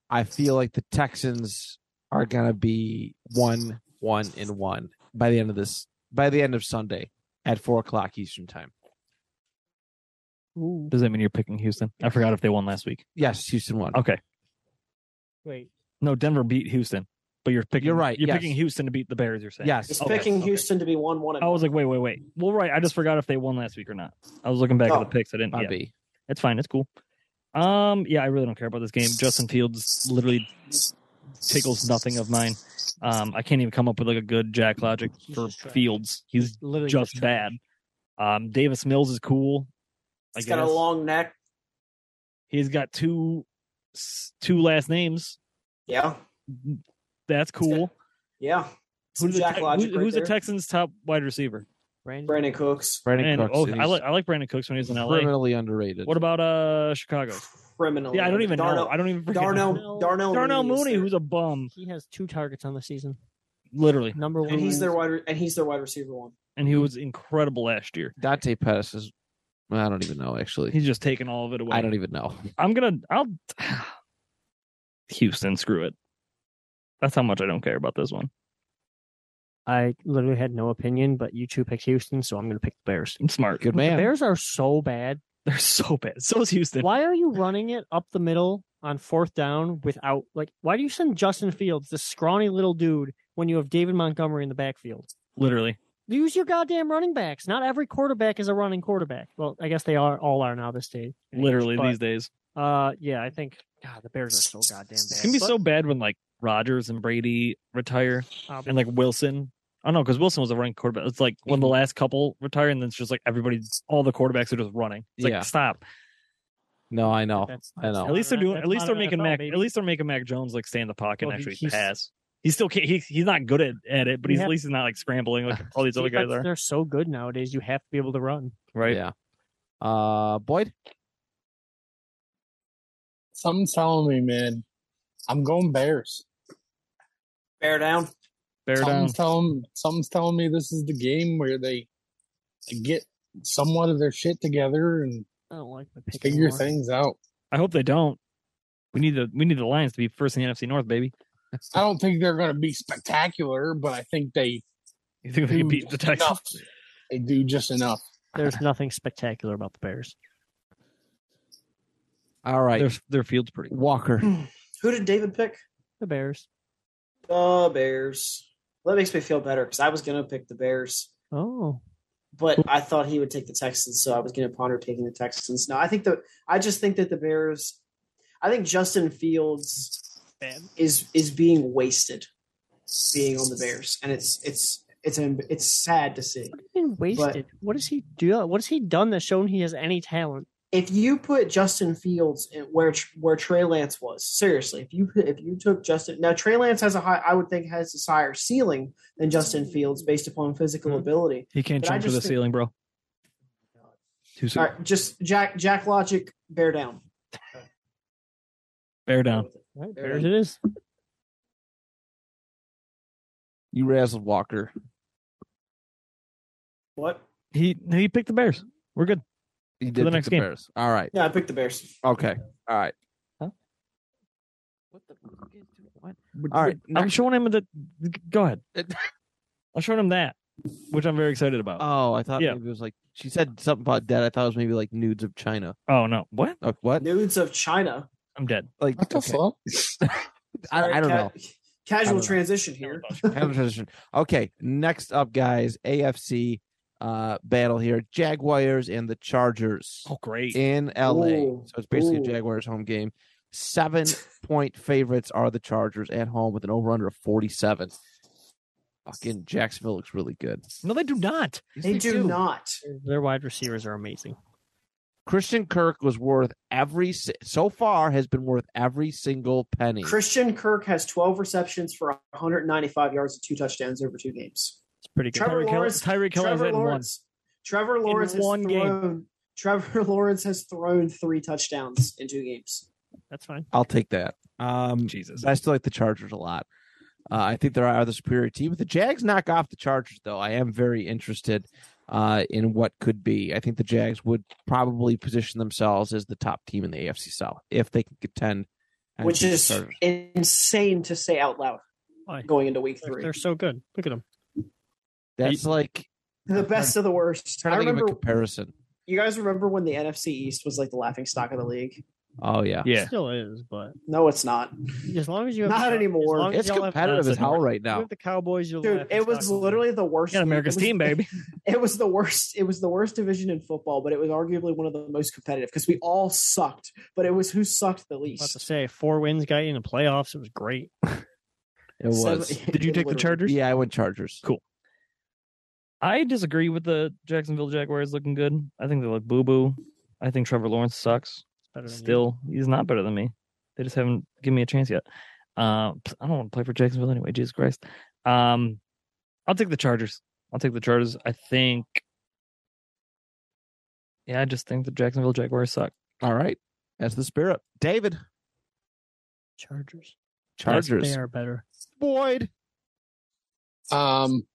B: I feel like the Texans are gonna be one, one, and one by the end of this by the end of Sunday at four o'clock Eastern time.
E: Ooh.
C: Does that mean you're picking Houston? I forgot if they won last week.
B: Yes, Houston won.
C: Okay.
E: Wait.
C: No, Denver beat Houston, but you're picking.
B: You're right,
C: You're
B: yes.
C: picking Houston to beat the Bears. You're saying.
B: Yes.
D: It's
C: Okay,
D: picking
C: okay. Oh,
D: Houston to be one one.
C: I was like, wait, wait, wait. Well, right. I just forgot if they won last week or not. I was looking back
D: Oh,
C: at the picks. I didn't.
B: Might
C: Yeah,
B: be.
C: it's fine. It's cool. Um. Yeah, I really don't care about this game. Justin Fields literally tickles nothing of mine. Um. I can't even come up with like a good jack logic
E: He's
C: for
E: just trash.
C: Fields. He's
E: literally
C: just
E: trash.
C: bad. Um. Davis Mills is cool. I
D: he's got a
C: guess.
D: long neck.
C: He's got two s- two last names.
D: Yeah,
C: That's cool.
D: yeah.
C: Who
D: Some
C: do the
D: Jack
C: Tex-
D: logic
C: who-
D: right
C: who's
D: there.
C: the Texans' top wide receiver?
E: Brandon.
D: Brandon Cooks,
B: Brandon
C: And,
B: Cooks.
C: oh,
B: and
C: I
B: he's
C: like I like Brandon Cooks when he's in LA.
B: criminally underrated.
C: What about uh Chicago?
D: criminal.
C: Yeah, I don't even know.
D: Darno-
C: I don't even freaking know.
D: Darnell, Darnell,
C: Darnell
D: is
C: Mooney,
D: their-
C: who's a bum,
E: He has two targets on the season.
C: literally,
E: Number one.
D: and he's their
E: was-
D: wide re- and he's their wide receiver one.
C: and he was incredible last year.
B: Dante Pettis is well, I don't even know actually.
C: He's just taking all of it away.
B: I don't even know. (laughs)
C: I'm gonna. I'll. (sighs) Houston, screw it. That's how much I don't care about this one.
E: I literally had no opinion, but you two picked Houston, so I'm going to pick the Bears.
C: I'm smart.
B: Good
E: The
B: man.
E: Bears are so bad.
C: They're so bad. So is Houston.
E: Why are you running it up the middle on fourth down without like? Why do you send Justin Fields, this scrawny little dude, when you have David Montgomery in the backfield?
C: Literally,
E: Use your goddamn running backs. Not every quarterback is a running quarterback. Well, I guess they are all are now this day.
C: literally
E: But,
C: these days.
E: Uh, yeah, I think God, the Bears are so goddamn bad.
C: It's gonna be
E: But-
C: so bad when like Rogers and Brady retire,
E: Uh,
C: and like Wilson. I don't know because Wilson was a running quarterback. It's like
B: Mhm.
C: when the last couple retire, and then it's just like everybody's all the quarterbacks are just running. It's like
B: Yeah.
C: stop.
B: No, I know.
E: That's,
B: I
E: that's
B: know.
E: not
C: At least they're
E: an-
C: doing.
E: that's
C: At least
E: not
C: they're
E: an
C: making
E: NFL,
C: Mac.
E: baby.
C: At least they're making Mac Jones like stay in the pocket
E: Well,
C: and
E: he-
C: actually
E: he's-
C: pass. He still can't. He's he's not good at, at it, but
E: You
C: he's
E: have-
C: at least he's not like scrambling like all
E: (laughs)
C: these other guys
E: Defense,
C: are.
E: They're so good nowadays. You have to be able to run.
C: Right.
B: Yeah. Uh Boyd?
F: Something's telling me, man. I'm going Bears.
D: Bear down.
C: Bear down.
F: something's telling something's telling me this is the game where they, they get somewhat of their shit together and
E: I don't like my pick.
F: figure
E: anymore.
F: things out.
C: I hope they don't. We need the we need the Lions to be first in the NFC North, baby.
F: I don't think they're going to be spectacular, but I think they
C: You think they
F: do
C: can beat
F: (laughs)
C: the Texans?
F: enough. They do just enough.
E: There's nothing spectacular about the Bears.
B: All right.
C: Their their field's pretty. good.
B: Walker.
D: Who did David pick?
E: The Bears.
D: The Bears. Well, that makes me feel better because I was going to pick the Bears,
E: Oh,
D: but I thought he would take the Texans, so I was going to ponder taking the Texans. No, I think the I just think that the Bears. I think Justin Fields is is being wasted, being on the Bears, and it's it's it's em- it's sad to see.
E: what have been wasted? what has he do? What has he done that's shown he has any talent?
D: If you put Justin Fields in where where Trey Lance was, seriously, if you if you took Justin now Trey Lance has a high, I would think has a higher ceiling than Justin Fields based upon physical
C: Mhm.
D: ability.
C: He can't
D: But I
C: jump to the
D: just think-
C: ceiling, bro. Too soon.
D: All right, just Jack Jack Logic, bear down.
C: Bear down.
E: Right,
D: Bears
E: Bears it is.
B: You razzled Walker.
D: What?
C: He he picked the Bears. We're good.
B: You did
C: the
B: pick
C: next
B: the
C: game.
B: Bears. All right.
D: Yeah, I picked the Bears.
B: Okay. All right.
C: Huh?
B: What the fuck is what? All right,
C: I'm
B: next-
C: showing him the. Go ahead. I'm showing him that, which I'm very excited about.
B: Oh, I thought
C: Yeah.
B: maybe it was like she said something about dead. I thought it was maybe like nudes of China.
C: oh no! What?
B: Like what?
D: Nudes of China.
C: I'm dead.
B: Like
F: What the
B: okay.
F: fuck?
B: I, I don't
F: (laughs)
B: know. I don't
D: Casual
B: know.
D: transition here.
B: (laughs) Kind of transition. Okay, next up, guys, AFC uh battle here: Jaguars and the Chargers
C: Oh great!
B: in LA.
D: Ooh.
B: So it's basically
D: Ooh.
B: a Jaguars home game.
D: (laughs)
B: Seven point favorites are the Chargers at home with an over under of forty-seven. Fucking Jacksonville looks really good.
C: No, they do not.
B: Yes,
D: They do not.
E: Their wide receivers are amazing.
B: Christian Kirk was worth every si- so far has been worth every single penny.
D: Christian Kirk has 12 receptions for 195 yards and two touchdowns over two games.
E: It's pretty good.
D: Trevor
C: Tyreek Hill-
D: Lawrence.
C: Tyreek Hill has
D: Trevor
C: that in one.
D: Lawrence. Trevor Lawrence has
C: one game.
D: thrown. Trevor (laughs) Lawrence has thrown three touchdowns in two games.
E: That's fine.
B: I'll take that. Um,
C: Jesus.
B: I still like the Chargers a lot. Uh, I think they are the superior team. If the Jags knock off the Chargers, though, I am very interested uh, in what could be. I think the Jags would probably position themselves as the top team in the AFC South if they can contend I
D: which
B: think he
D: is
B: started.
D: insane to say out loud
E: Why?
D: going into week
E: They're,
D: 3
E: they're so good. Look at them.
B: that's like
D: the best of the worst.
B: trying
D: I
B: to think
D: remember
B: of a comparison.
D: you guys remember when the NFC East was like the laughing stock of the league?
B: Oh yeah,
C: Yeah.
E: Still is, but
D: No, it's not.
E: as long as you have as
D: Not anymore.
E: long as
B: it's
E: y'all have-
B: competitive as hell right
E: You
B: now.
E: have the Cowboys. You'll
D: Dude, it was literally the worst.
C: Yeah, America's
D: it was- (laughs)
C: team, baby.
D: It was the worst. It was the worst division in football, but it was arguably one of the most competitive because we all sucked. But it was who sucked the
E: about to
D: least.
E: say four wins got you in the playoffs. It was great.
B: It was.
D: (laughs) Seven-
C: Did you take the
D: literally.
C: Chargers?
B: Yeah, I went Chargers.
C: Cool. I disagree with the Jacksonville Jaguars looking good. I think they look boo boo. I think Trevor Lawrence sucks.
E: Better than you.
C: Still, he's not better than me. They just haven't given me a chance yet. Uh, pfft, I don't want to play for Jacksonville anyway. Jesus Christ. Um, I'll take the Chargers. I'll take the Chargers. I think. Yeah, I just think the Jacksonville Jaguars suck.
B: All right, that's the spirit. David,
E: Chargers. Yes,
B: Chargers.
E: they are better.
B: Boyd.
F: Um,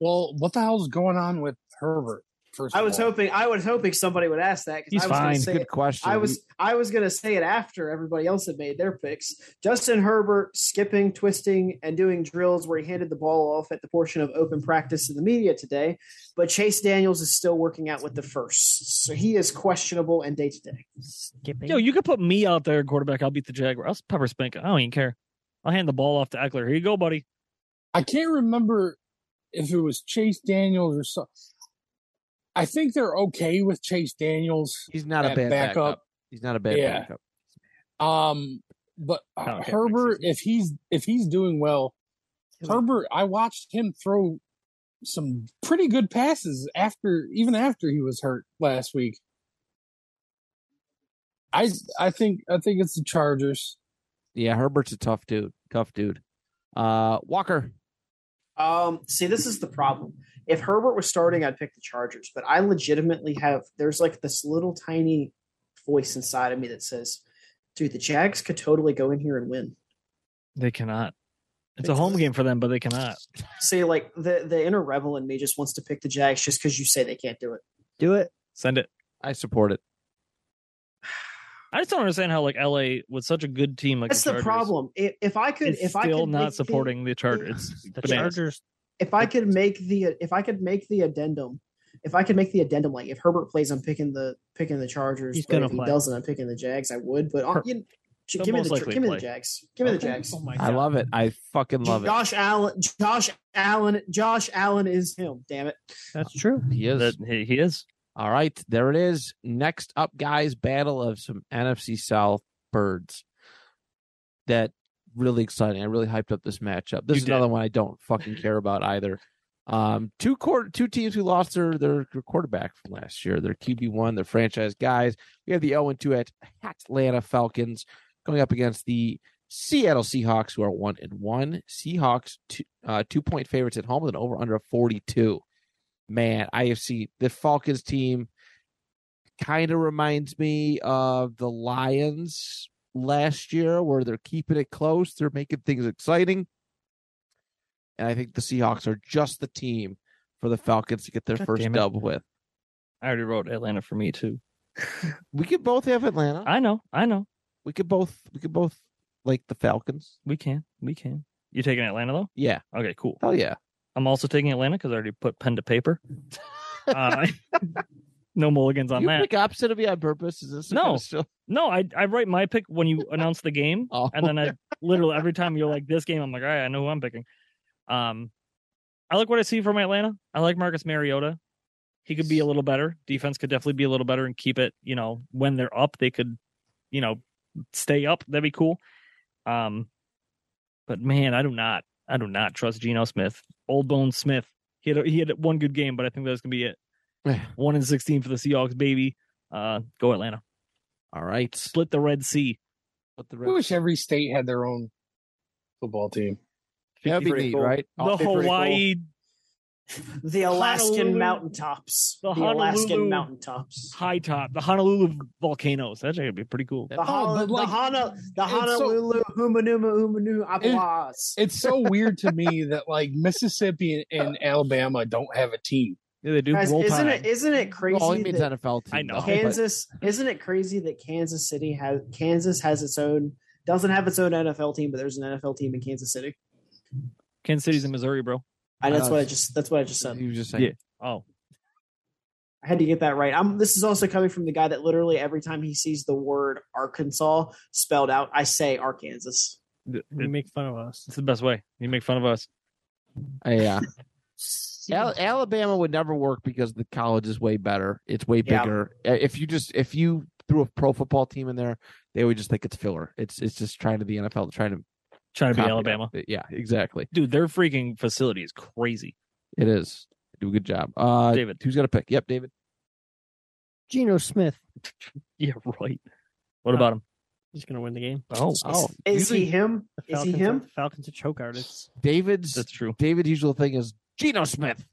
F: well, what the hell's going on with Herbert? First,
D: I
F: of
D: was
F: all?
D: hoping I was hoping somebody would ask that
C: He's
D: because I was
C: fine.
D: going to say
B: Good
D: it-
B: question.
D: I was I was gonna say it after everybody else had made their picks. Justin Herbert skipping, twisting, and doing drills where he handed the ball off at the portion of open practice in the media today. But Chase Daniels is still working out with the first, so he is questionable and day to day.
E: Skipping.
C: Yo, you could put me out there at quarterback. I'll beat the Jaguars. I'll pepper spank. 'em. I don't even care. I'll hand the ball off to Eckler. Here you go, buddy.
F: I can't remember if it was Chase Daniels or so. I think they're okay with Chase Daniels.
B: He's not a
F: at
B: bad backup.
F: backup.
B: He's not a bad
F: Yeah.
B: backup.
F: Um, but uh,
C: Okay,
F: Herbert,
C: makes
F: if he's if he's doing well, Herbert, I watched him throw some pretty good passes after even after he was hurt last week. I I think I think it's the Chargers.
B: Yeah, Herbert's a tough dude. Tough dude. Uh, Walker.
D: Um, see, this is the problem. If Herbert was starting, I'd pick the Chargers, but I legitimately have there's like this little tiny voice inside of me that says, "Dude, the Jags could totally go in here and win."
C: They cannot. It's a home game for them, but they cannot.
D: See, like the the inner rebel in me just wants to pick the Jags just because you say they can't do it.
E: do it.
C: Send it.
B: I support it.
C: I just don't understand how like LA with such a good team like
D: That's the
C: Chargers
D: problem. If, if I could,
C: is
D: if
C: still
D: I could make
C: not
D: the- (laughs)
C: supporting the, Chargers. It's
E: The
C: bananas.
E: Chargers.
D: if I could make the, if I could make the addendum, if I could make the addendum, like if Herbert plays, I'm picking the picking the Chargers.
E: He's
D: but
E: gonna
D: if he
E: play.
D: doesn't, I'm picking the Jags. I would, but uh,
C: Her-
D: you know,
C: He'll
D: give me
C: most
D: the
C: likely
D: give me the
C: play.
D: Jags. Give me the Jags.
E: Oh my
B: I
E: God.
B: love it. I fucking love it.
D: Josh Allen. Josh Allen. Josh Allen is him. Damn it.
E: That's true.
B: He is.
C: That- he, he is.
B: All right, there it is. Next up, guys, battle of some NFC South birds. That really exciting. I really hyped up this matchup. This
C: You
B: is
C: did.
B: another one I don't fucking care about either. Um, two quarter, two teams who lost their their quarterback from last year, their QB one, their franchise guys. We have the 0 and 2 at Atlanta Falcons going up against the Seattle Seahawks, who are one and one. Seahawks two, uh, two point favorites at home with an over under of forty two. Man, I have seen the Falcons team kind of reminds me of the Lions last year, where they're keeping it close, they're making things exciting, and I think the Seahawks are just the team for the Falcons to get their
C: God
B: first
C: damn it.
B: dub with.
C: I already wrote Atlanta for me too.
B: We could both have Atlanta.
C: I know. I know.
B: we could both. We could both like the Falcons.
C: We can. We can. You taking Atlanta though?
B: Yeah.
C: Okay, cool.
B: Hell yeah.
C: I'm also taking Atlanta because I already put pen to
D: (laughs)
C: paper. Uh, (laughs) no mulligans on
B: you
C: that.
B: pick opposite of me on purpose? Is this some
C: No.
B: kind of show?
C: No, I I write my pick when you announce the game,
B: (laughs) Oh.
C: and then I literally every time you're like this game, I'm like, all right, I know who I'm picking. Um, I like what I see from Atlanta. I like Marcus Mariota. He could be a little better. Defense could definitely be a little better and keep it. You know, when they're up, they could, you know, stay up. That'd be cool. Um, but man, I do not, I do not trust Geno Smith, Old Bone Smith. He had he had one good game, but I think that's gonna be it. One in sixteen for the Seahawks, baby. Uh, go Atlanta.
B: All right.
C: Split the Red Sea.
B: Split the
F: I wish every state had their own football team.
B: That'd be
D: pretty
B: neat,
D: cool.
B: right?
C: the
B: All-
C: Hawaii,
D: The Alaskan
C: Honolulu.
D: mountaintops.
C: The
D: The, Alaskan
C: Honolulu.
D: mountaintops.
C: high top, the Honolulu volcanoes. That's gonna be pretty cool.
D: The, Hon-
F: but like-
D: the, Hana, the
F: it's so-
D: Honolulu Humanuma Humanu Apalas.
F: It's so weird to me that like Mississippi and Alabama don't have a team.
C: Yeah, they do
D: Guys,
C: roll
D: isn't
C: tide.
D: it isn't it crazy?
B: Well, he means
D: that
B: NFL team.
C: I
B: though,
C: know.
B: but-
D: Kansas isn't it crazy that Kansas City has Kansas has its own doesn't have its own NFL team, but there's an NFL team in Kansas City.
C: Kansas City's in Missouri, bro.
D: And
B: I
D: that's
B: know,
D: what I
B: it's-
D: just that's what I just said.
B: He was just saying.
C: Yeah. Oh,
D: I had to get that right. I'm this is also coming from the guy that literally every time he sees the word Arkansas spelled out, I say Arkansas.
C: th-
E: You
C: it-
E: make fun of us.
C: it's the best way. You make fun of us.
B: Yeah. (laughs) Al- Alabama would never work because the college is way better. It's way
D: Yeah.
B: bigger. Uh, If you just if you threw a pro football team in there, they would just think it's filler. It's it's just trying to the NFL trying to
C: Trying to be
B: copy
C: Alabama,
B: it. Uh, Yeah, exactly.
C: dude. Their freaking facility is crazy.
B: It is. Do a good job. Uh
C: David.
B: Who's gonna pick? Yep, David.
E: Geno Smith
C: (laughs) Yeah, right. What about him?
E: is going to win the game.
C: Oh,
B: Oh,
D: Is
B: usually
D: he him?
E: The
D: Is he
E: Falcons
D: him?
E: Are, Falcons are choke artists.
B: David's
C: that's true.
B: David's usual thing is Geno Smith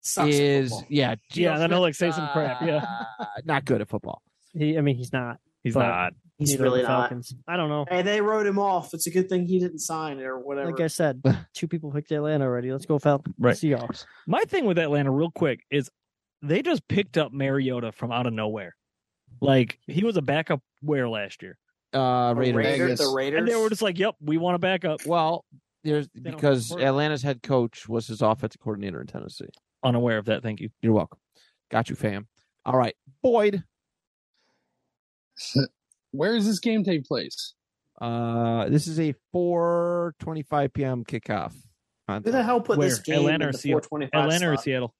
D: Sucks at
B: is
D: football.
B: yeah Geno
E: Yeah, and then he'll,
B: Smith,
E: like, say some crap, yeah.
B: uh, not good at football.
E: He, I mean, he's not.
C: He's
E: But-
C: not.
D: he's
E: Neither are the
D: really not.
E: Falcons. I don't know.
D: Hey, they wrote him off. It's a good thing he didn't sign it or whatever.
E: Like I said,
C: (laughs)
E: two people picked Atlanta already. Let's go Falcons.
C: Right.
E: Seahawks.
C: My thing with Atlanta, real quick, is they just picked up Mariota from out of nowhere. Like he was a backup where last year,
B: Uh
D: The
B: Raiders.
D: Raiders, the
F: Vegas.
D: Raiders.
C: and they were just like, "Yep, we want a backup
B: Well, there's
C: don't
B: because
C: work.
B: Atlanta's head coach was his offensive coordinator in Tennessee.
C: unaware of that. Thank you.
B: You're welcome. Got you, fam. All right, Boyd.
F: Where does this game take place?
B: Uh, this is a 4:25 p.m. kickoff. on-
D: Who the hell put this
C: Where?
D: game
C: Atlanta
D: in
C: or
D: the
C: Seattle?
D: 425
C: Atlanta or
D: slot?
C: Seattle?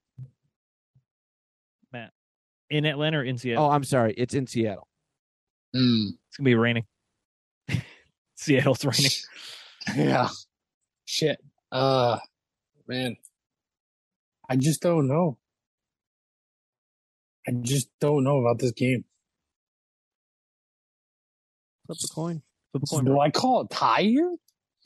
C: Matt, in Atlanta or in Seattle?
B: Oh, I'm sorry. It's in Seattle.
F: Hmm.
E: Oh.
C: It's gonna be raining. (laughs) Seattle's raining.
B: (laughs)
F: Yeah. Shit. Uh, man. I just don't know. I just don't know about this game.
E: Flip a coin.
C: Flip a coin,
F: Do I call it tie here?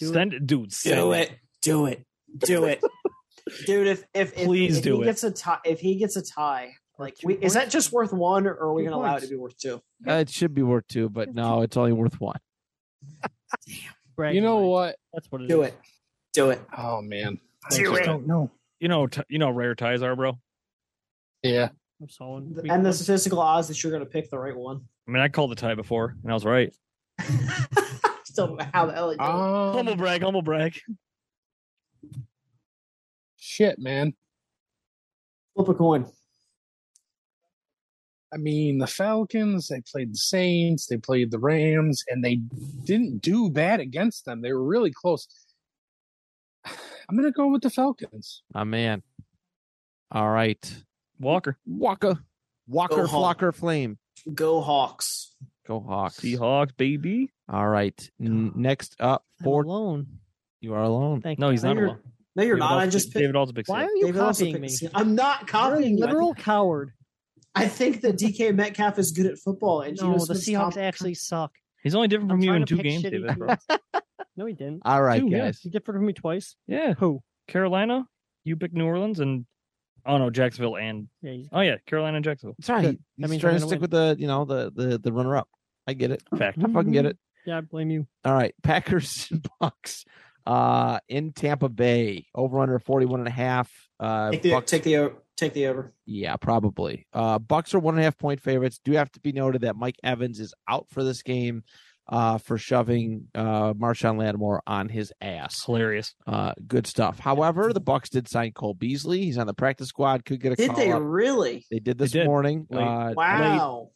E: Do it.
C: Send it, dude. Send
D: Do it. Do it. Do it. (laughs) Dude, if if, if
C: Please
D: if
C: do
D: he
C: it.
D: gets a tie if he gets a tie, like
E: Two
D: we, is that
E: points.
D: just worth one or are we
E: Two
D: gonna allow it
E: points.
D: to be worth two?
B: Uh, it should be worth two, but no, it's only worth one.
E: Bragging
F: You know
E: rights.
F: what?
E: That's
C: Mm.
E: what it is.
D: Do it. Do it.
F: Oh man. I
D: Do
F: just
D: it.
F: don't know.
C: You know, t- you know, how rare ties are, bro.
F: Yeah.
E: I'm solid. Three
D: And the
E: points.
D: statistical odds that you're gonna pick the
C: (laughs)
D: right one.
C: I mean, I called the tie before, and I was right.
D: Still don't know how the hell it
C: Humble
F: Um,
C: brag, humble brag.
F: shit, man.
D: flip a coin.
F: I mean, the Falcons, they played the Saints, they played the Rams, and they didn't do bad against them. They were really close. (sighs) I'm going to go with the Falcons.
B: Oh man. All right,
C: Walker,
B: Walker, Walker,
D: Go Hawks.
B: Flocker, Flame,
D: Go Hawks.
B: go Hawks.
C: Seahawks, baby.
B: All right, N- next up,
E: I'm
B: Ford.
E: alone.
B: You are alone.
E: Thank
C: No,
E: you.
C: he's
D: No,
C: not
D: you're,
C: alone.
D: no, you're
C: David
D: not. I
C: Aldridge-
D: just picked
C: David Aldridge picks
E: Why
C: it.
E: are you
D: David also
E: copying me?
D: picked Seattle. I'm not
E: You're a
D: copying you. I think,
E: liberal coward.
D: I think that DK Metcalf is good at football. And Geno
E: No, the
D: Smith's
E: Seahawks
D: top-
E: actually suck.
C: He's only different
E: I'm
C: from (laughs) you
E: trying
C: in two
E: to pick
C: games,
E: shitty
C: David. Bro.
E: teams. (laughs) No, he didn't.
B: All right,
C: Two, yeah.
B: guys.
E: He different from me twice.
C: Yeah,
E: Who?
C: Carolina. You picked New Orleans, and oh no, Jacksonville, and
E: Yeah, he's
C: oh yeah, Carolina and Jacksonville.
B: Sorry,
E: Good.
B: he's
E: That means
B: trying to
E: I'm gonna
B: stick
E: win.
B: with the you know the the the runner up. I get it.
C: Fact.
B: I fucking get
E: Mm-hmm.
B: it.
E: Yeah, I blame you.
B: All right, (laughs) Packers and Bucks uh, in Tampa Bay over under 41 and a half. Uh,
D: Take the,
B: Bucks,
D: take the o- take the over.
B: yeah, probably. Uh, Bucks are one and a half point favorites. Do have to be noted that Mike Evans is out for this game uh, for shoving uh, Marshawn Lattimore on his ass.
C: Hilarious.
B: Uh, good stuff. However, the Bucks did sign Cole Beasley. He's on the practice squad. Could get a
D: Did
B: call
D: they
B: up.
D: really?
B: They did this
C: did.
B: morning.
C: Late.
B: Uh,
D: Wow.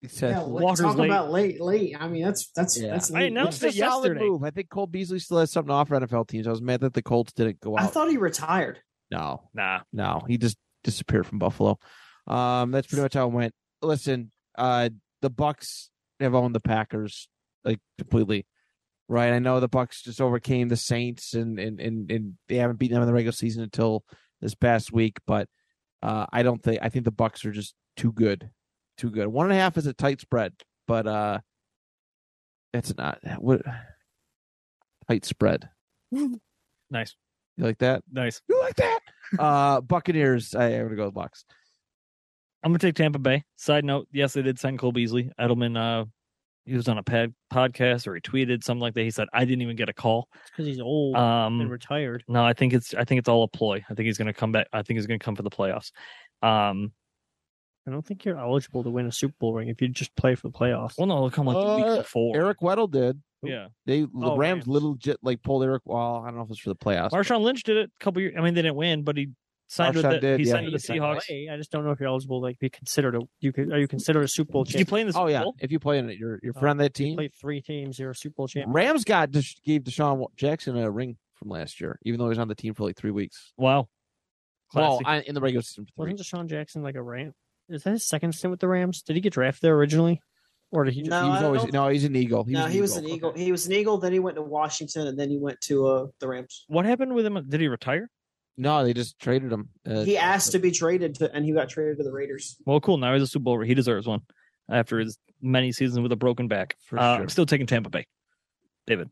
B: it said-
D: Yeah, late-
C: Walker's
D: talk
C: late.
D: about late, late. I mean, that's that's
B: Yeah.
D: that's.
C: I
D: late.
C: announced
B: It's a
C: it
B: solid
C: yesterday.
B: move. I think Cole Beasley still has something to offer NFL teams. I was mad that the Colts didn't go out.
D: I thought he retired.
B: no,
C: Nah,
B: no, he just disappeared from Buffalo. Um, that's pretty much how it went. Listen, uh, the Bucks have owned the Packers like completely, right? I know the Bucks just overcame the Saints, and and and, and they haven't beaten them in the regular season until this past week. But uh, I don't think I think the Bucks are just too good, too good. One and a half is a tight spread, but uh, it's not what tight spread.
C: nice,
B: You like that?
C: nice.
B: You like that? uh, Buccaneers. I, I'm gonna go with Bucks.
C: I'm gonna take Tampa Bay. Side note, yes, they did sign Cole Beasley. Edelman uh he was on a pad, podcast or he tweeted something like that. He said, "I didn't even get a call."
E: because he's old and
C: Um,
E: retired.
C: no, I think it's I think it's all a ploy. I think he's going to come back. I think he's going to come for the playoffs. Um,
E: I don't think you're eligible to win a Super Bowl ring if you just play for the playoffs.
C: well, no, it'll come like the
B: Uh,
C: week before.
B: Eric Weddle did.
C: yeah,
B: They
C: Oh,
B: the Rams,
C: Rams.
B: legit like pulled Eric. Well, I don't know if it's for the playoffs.
C: Marshawn Lynch did it a couple years. I mean, they didn't win, but he
B: Marshawn
C: signed with the,
B: did,
C: he
B: yeah.
C: signed with
E: You
C: the
E: can
C: Seahawks.
E: play, I just don't know if you're eligible to like, be considered a you could are you considered a Super Bowl
C: Did you
E: champion?
C: play in the Super
B: oh yeah,
C: Bowl?
B: if you play in it, you're you're
E: Oh,
B: from that
E: You
B: team.
E: play three teams, you're a Super Bowl champion.
B: Rams got Desha- gave Deshaun Wa- Jackson a ring from last year, even though he was on the team for like three weeks.
C: Wow.
B: Well,
C: Classic.
B: I, in the regular season, for three.
E: Wasn't Deshaun Jackson like a Ram? Is that his second stint with the Rams? Did he get drafted there originally, or did he just?
D: No,
B: he was
D: I
B: always
D: don't-
B: no, he's an Eagle. He
D: no,
B: was
D: he was an eagle. He was an eagle. Then he went to Washington, and then he went to uh, the Rams.
C: what happened with him? Did he retire?
B: No, they just traded him. Uh,
D: He asked to be traded, to, and he got traded to the Raiders.
C: Well, cool. Now he's a Super Bowl. He deserves one after his many seasons with a broken back.
B: For
C: Uh,
B: sure.
C: I'm still taking Tampa Bay. David,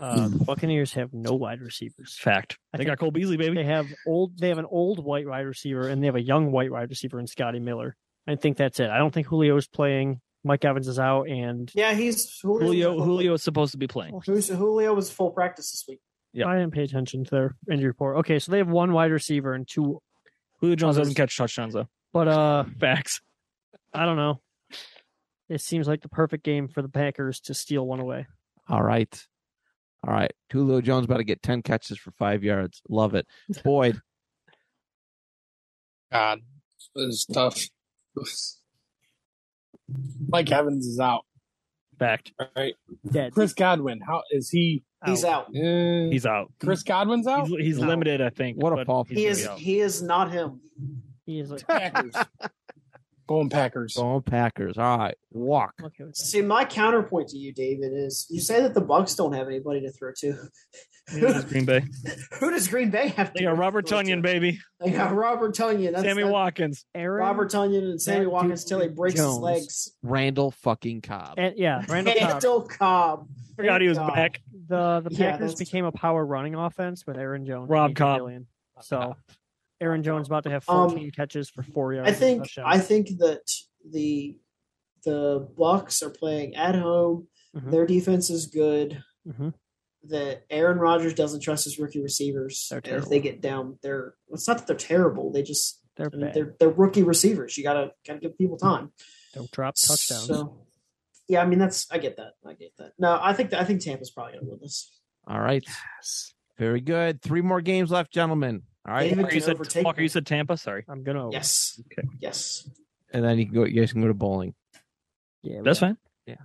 E: Uh, Buccaneers have no wide receivers.
C: fact.
E: I
C: They
E: think-
C: got Cole Beasley, baby.
E: They have old. They have an old white wide receiver, and they have a young white wide receiver in Scotty Miller. I think that's it. I don't think Julio's playing. Mike Evans is out, and
D: Yeah, he's
C: Julio Julio is supposed to be playing.
D: Who's- Julio was full practice this week.
C: Yeah.
E: I didn't pay attention to their injury report. Okay, so they have one wide receiver and two,
C: Julio Jones
E: Others-
C: doesn't catch touchdowns though.
E: but uh,
C: Oh, Facts.
E: I don't know. It seems like the perfect game for the Packers to steal one away.
B: All right, all right. Julio Jones about to get ten catches for five yards. Love
D: (laughs)
B: it, Boyd.
F: God, this is tough. (laughs) Mike Evans is out,
C: Fact.
F: right?
E: Dead.
F: Chris Godwin, how is he?
E: Oh.
D: He's out.
F: eh,
C: He's out.
F: Chris Godwin's out.
C: He's, he's
E: No.
C: limited, I think.
B: What a
C: but
B: fall.
C: he's
D: He
C: gonna
D: is.
C: be out.
D: (laughs) He is not him.
E: He
D: (laughs)
E: is like,
F: Packers. (laughs) Going Packers.
B: Going Packers. All right, walk.
E: okay, what's
D: See, my counterpoint to you, David, is you say that the Bucks don't have anybody to throw to. (laughs)
C: This
E: Mm-hmm.
C: is Green Bay.
D: Who does Green Bay have?
C: They got Robert
D: throw to?
C: Tunyon, baby.
D: They got Robert Tunyon. That's
C: Sammy
D: that-
C: Watkins.
E: Aaron
D: Robert Tunyon and Sammy
E: That
D: Watkins
E: dude
D: till he breaks his
E: Jones.
D: legs.
B: Randall fucking Cobb.
E: and, yeah, Randall Cobb.
D: Randall Cobb.
C: Forgot he was
D: Cobb.
C: back.
E: The the
D: Yeah,
E: Packers
D: that's-
E: became a power running offense with Aaron Jones, and
C: Rob
E: AJ
C: Cobb.
E: Dillon. So Aaron Jones about to have
D: Um,
E: 14 catches for four yards.
D: I
E: and a
D: think
E: touchdown.
D: I think that the the Bucks are playing at home.
E: Mhm.
D: Their defense is good.
E: Mhm.
D: That Aaron Rodgers doesn't trust his rookie receivers.
E: They're
D: And if they
E: terrible.
D: get down, they're well, it's not that they're terrible. They just
E: they're
D: I mean,
E: bad.
D: they're they're rookie receivers. You gotta gotta give people time.
E: Don't drop touchdowns.
D: So yeah, I mean that's I get that. I get that. No, I think I think Tampa's probably gonna win this.
B: All right, very good. Three more games left, gentlemen. All right,
D: David
C: You
D: can
C: said
D: overtake
C: Walker.
D: me.
C: You said Tampa. Sorry.
E: I'm gonna.
D: Yes.
C: Okay.
D: Yes.
B: and then you can go. You guys can go to bowling.
E: Yeah, we
C: That's
E: got
C: fine.
B: Yeah.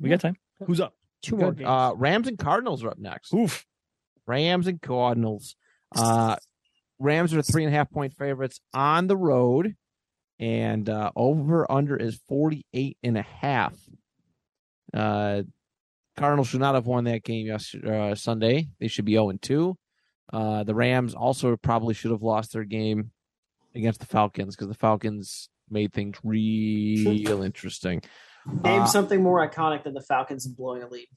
C: We got time. Who's up?
E: Two more
B: Good.
E: games.
B: Uh, Rams and Cardinals are up next.
C: Oof.
B: Rams and Cardinals. Uh, Rams are three and a half point favorites on the road, and uh, over under is 48 and a half. Uh, Cardinals should not have won that game yesterday, uh, Sunday. They should be 0 and 2. Uh, the Rams also probably should have lost their game against the Falcons because the Falcons made things real interesting.
D: Name
B: Uh,
D: something more iconic than the Falcons blowing a lead.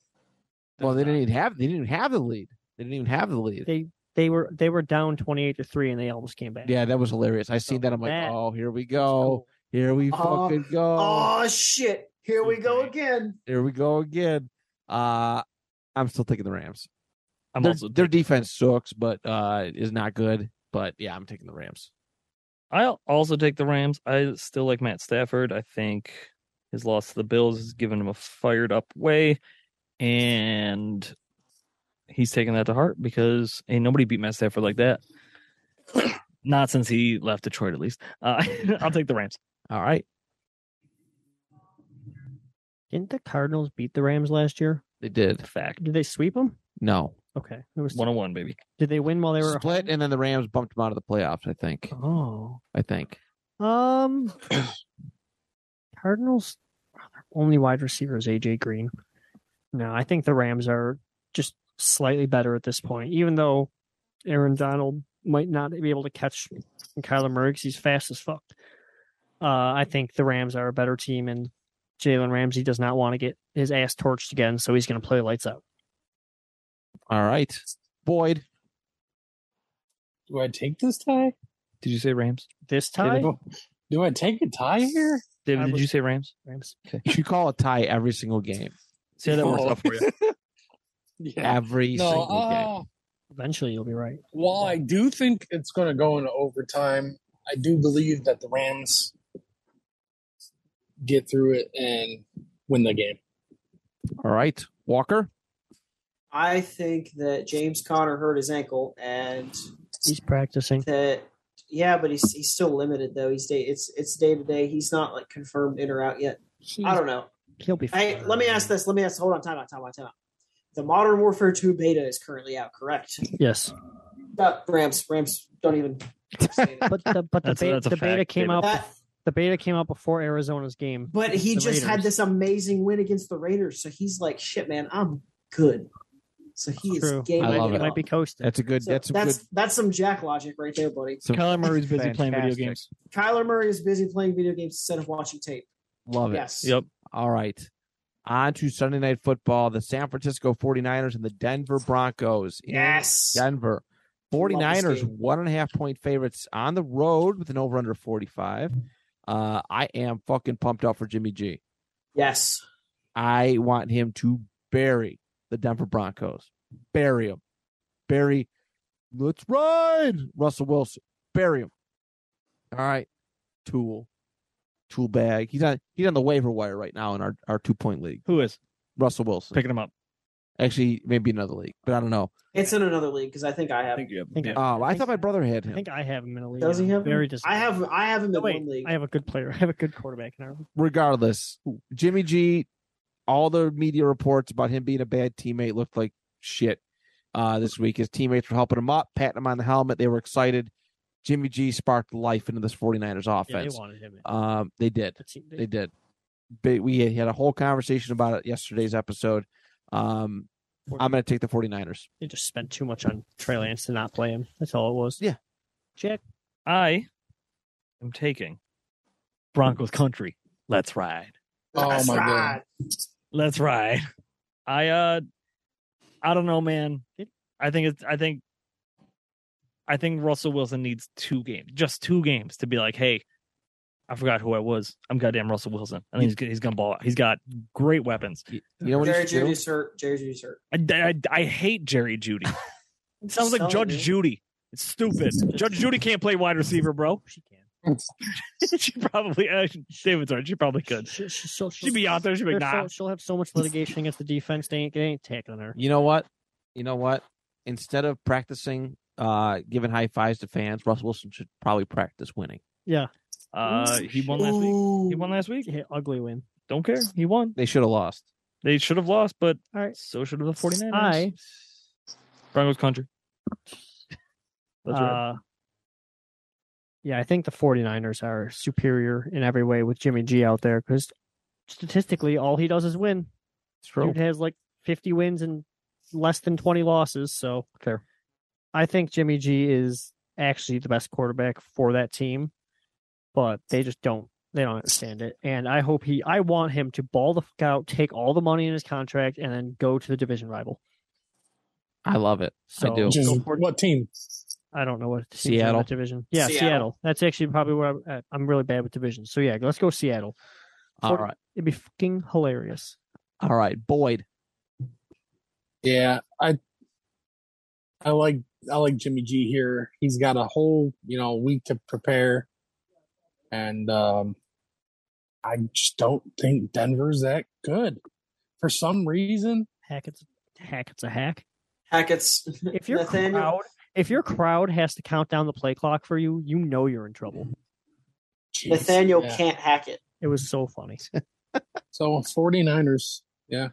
B: Well, they didn't even have they didn't even have the lead. They didn't even have the lead.
E: they they were they were down 28 to three, and they almost came back.
B: Yeah, that was hilarious. I seen
E: So
B: that. I'm like,
E: that
B: oh, here we
E: That's
B: go.
E: cool.
B: Here we
D: Oh,
B: fucking go.
D: Oh shit! Here we go again.
B: Here we go again. Uh I'm still taking the Rams.
C: I'm
B: Their,
C: also.
B: their defense sucks, but uh is not good. But yeah, I'm taking the Rams.
C: I'll also take the Rams. I still like Matt Stafford. I think his loss to the Bills has given him a fired up way, and he's taking that to heart because ain't nobody beat Matt Stafford like that. (clears throat) Not since he left Detroit, at least. Uh, (laughs) I'll take the Rams.
B: All right.
E: Didn't the Cardinals beat the Rams last year?
B: They did.
C: Fact
E: Did they sweep them?
B: No.
E: Okay. It was,
C: one on one, baby.
E: did they win while they were
B: Split and then the Rams bumped them out of the playoffs, I think.
E: Oh.
B: I think.
E: Um. (clears throat) Cardinals. their Only wide receiver is AJ Green. No, I think the Rams are just slightly better at this point, even though Aaron Donald might not be able to catch Kyler Murray 'cause he's fast as fuck. Uh, I think the Rams are a better team, and Jalen Ramsey does not want to get his ass torched again, so he's going to play lights out.
B: All right. Boyd.
F: Do I take this tie?
C: Did you say Rams?
E: This time,
F: Do I take a tie here?
C: David,
E: I
C: did
E: was-
C: you say Rams?
E: Rams.
B: You should call a tie every single game.
C: See how that works
F: Oh.
C: out for you.
F: Yeah.
B: Every
F: No,
B: single game.
F: uh,
E: Eventually, you'll be right.
F: while I do think it's going to go into overtime, I do believe that the Rams get through it and win the game.
B: All right, Walker.
D: I think that James Conner hurt his ankle, and
E: He's practicing.
D: that yeah, but he's he's still limited though. He's day it's it's day to day. He's not like confirmed in or out yet.
E: Hmm.
D: I don't know.
E: He'll be fine.
D: Hey, let me ask this. Let me ask. Hold on. Time out. Time out. Time out. The Modern Warfare Two beta is currently out. Correct.
E: Yes,
D: Uh, Rams. Rams. Don't even. Say (laughs) that.
E: but the but the
C: That's a-
E: beta,
C: that's a
E: the beta
C: fact,
E: came
C: David.
E: out.
D: That-
E: The beta came out before Arizona's game.
D: but he
E: The
D: just had
E: Raiders.
D: this amazing win against the Raiders, so he's like, "Shit, man, I'm good." So he is
E: True.
D: game.
B: I love
E: He
B: it.
E: might be coasting.
B: That's a good.
D: So
B: that's
D: that's
B: some
D: that's,
B: good.
D: some Jack logic right there, buddy.
B: some-
C: Kyler Murray's busy playing video
B: Fantastic.
C: games.
D: Kyler Murray is busy playing video games instead of watching tape.
B: Love it.
D: Yes.
C: Yep.
B: All right. On to Sunday night football. The San Francisco 49ers and the Denver Broncos. in
D: Yes.
B: Denver.
D: Love this
B: 49ers,
D: game.
B: one and a half point favorites on the road with an over under 45. Uh, I am fucking pumped up for Jimmy G.
D: Yes.
B: I want him to bury the Denver Broncos. Bury him. Bury. Let's ride. Russell Wilson. Bury him. All right. Tool. Tool bag. He's on he's on the waiver wire right now in our, our two point league.
C: Who is
B: Russell Wilson.
C: picking him up?
B: Actually, maybe another league, but I don't know.
D: It's in another league because I think I have.
C: you.
E: Thank you.
B: Oh, I
E: think-
B: thought my brother had
E: I
B: him.
E: think I have him in a league.
D: Does he
E: I'm
D: have him?
E: Very dis-
D: I have. I have him in
E: Oh, wait,
D: one league.
E: I have a good player. (laughs) I have a good quarterback in our league.
B: Regardless, Jimmy G, all the media reports about him being a bad teammate looked like shit uh, this week. His teammates were helping him up, patting him on the helmet. They were excited. Jimmy G sparked life into this 49ers
E: Yeah, they
B: offense.
E: wanted him. In.
C: Uh,
B: um, they did.
E: The team-
B: They did. But we had, had a whole conversation about it yesterday's episode. Um, I'm going to take the 49ers.
E: They just spent too much on Trey Lance to not play him. That's all it was.
B: Yeah.
E: Jack.
C: I am taking Broncos country. Let's ride.
F: Oh,
D: That's
F: my God.
D: right.
C: Let's ride. I uh, I don't know, man. I think it's. I think. I think Russell Wilson needs two games, just two games, to be like, hey, I forgot who I was. I'm goddamn Russell Wilson. I think he's good- he's gonna ball out. He's got great weapons.
B: You know what
D: Jerry
B: he should do?
D: Judy's hurt. Jerry Judy's hurt.
C: I, I, I hate Jerry Judy. It sounds like
D: Selling
C: Judge
D: it.
C: Judy. It's stupid. Judge Judy can't play wide receiver, bro. (laughs)
E: She can.
C: she probably, uh, David's right. She probably could.
E: She, she, she'll, she'll,
C: She'd be out there. She'd be like,
E: there's so-
C: nah.
E: she'll have so much litigation against the defense. They ain't, they ain't tackling her.
B: You know what? You know what? Instead of practicing uh giving high fives to fans, Russell Wilson should probably practice winning.
C: Uh, he won last week. He won last week.
E: Yeah, ugly win.
C: Don't care. He won.
B: They should have lost.
C: They should have lost, but
E: All right.
C: so should have the 49ers.
E: I
C: Broncos country. That's right.
E: uh, yeah, I think the 49ers are superior in every way with Jimmy G out there because statistically, all he does is win.
B: It's true.
E: Dude has like 50 wins and less than 20 losses. So
C: Fair.
E: I think Jimmy G is actually the best quarterback for that team, but they just don't. They don't understand it, and I hope he. I want him to ball the fuck out, take all the money in his contract, and then go to the division rival.
B: I love it.
E: So
B: I do.
F: Which is
E: Go for it.
F: what team?
E: I don't know what teams are in
B: Seattle.
E: that division. Yeah,
D: Seattle.
E: Seattle. That's actually probably where I'm, at. I'm really bad with divisions. So yeah, let's go Seattle.
B: All right.
E: It'd be fucking hilarious.
B: All right. Boyd.
F: Yeah, I I like I like Jimmy G here. He's got a whole, you know, week to prepare. And um I just don't think Denver's that good. For some reason,
E: Hackett's Hackett's a hack.
D: Hackett's.
E: If your
D: Nathaniel-
E: crowd, if your crowd has to count down the play clock for you, you know you're in trouble.
F: Jeez,
D: Nathaniel
F: yeah.
D: can't hack it.
E: It was so funny.
F: So 49ers. Yeah.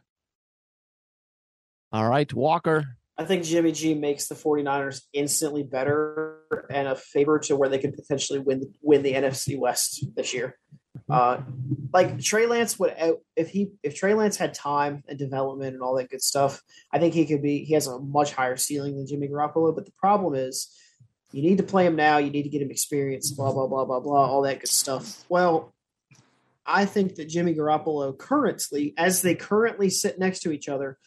B: All right. Walker.
D: I think Jimmy G makes the 49ers instantly better and a favor to where they could potentially win win the NFC West this year. Uh, like Trey Lance would out- if he if Trey Lance had time and development and all that good stuff, I think he could be he has a much higher ceiling than Jimmy Garoppolo. But the problem is you need to play him now, you need to get him experience, blah blah blah blah blah, all that good stuff. Well, I think that Jimmy Garoppolo currently, as they currently sit next to each other,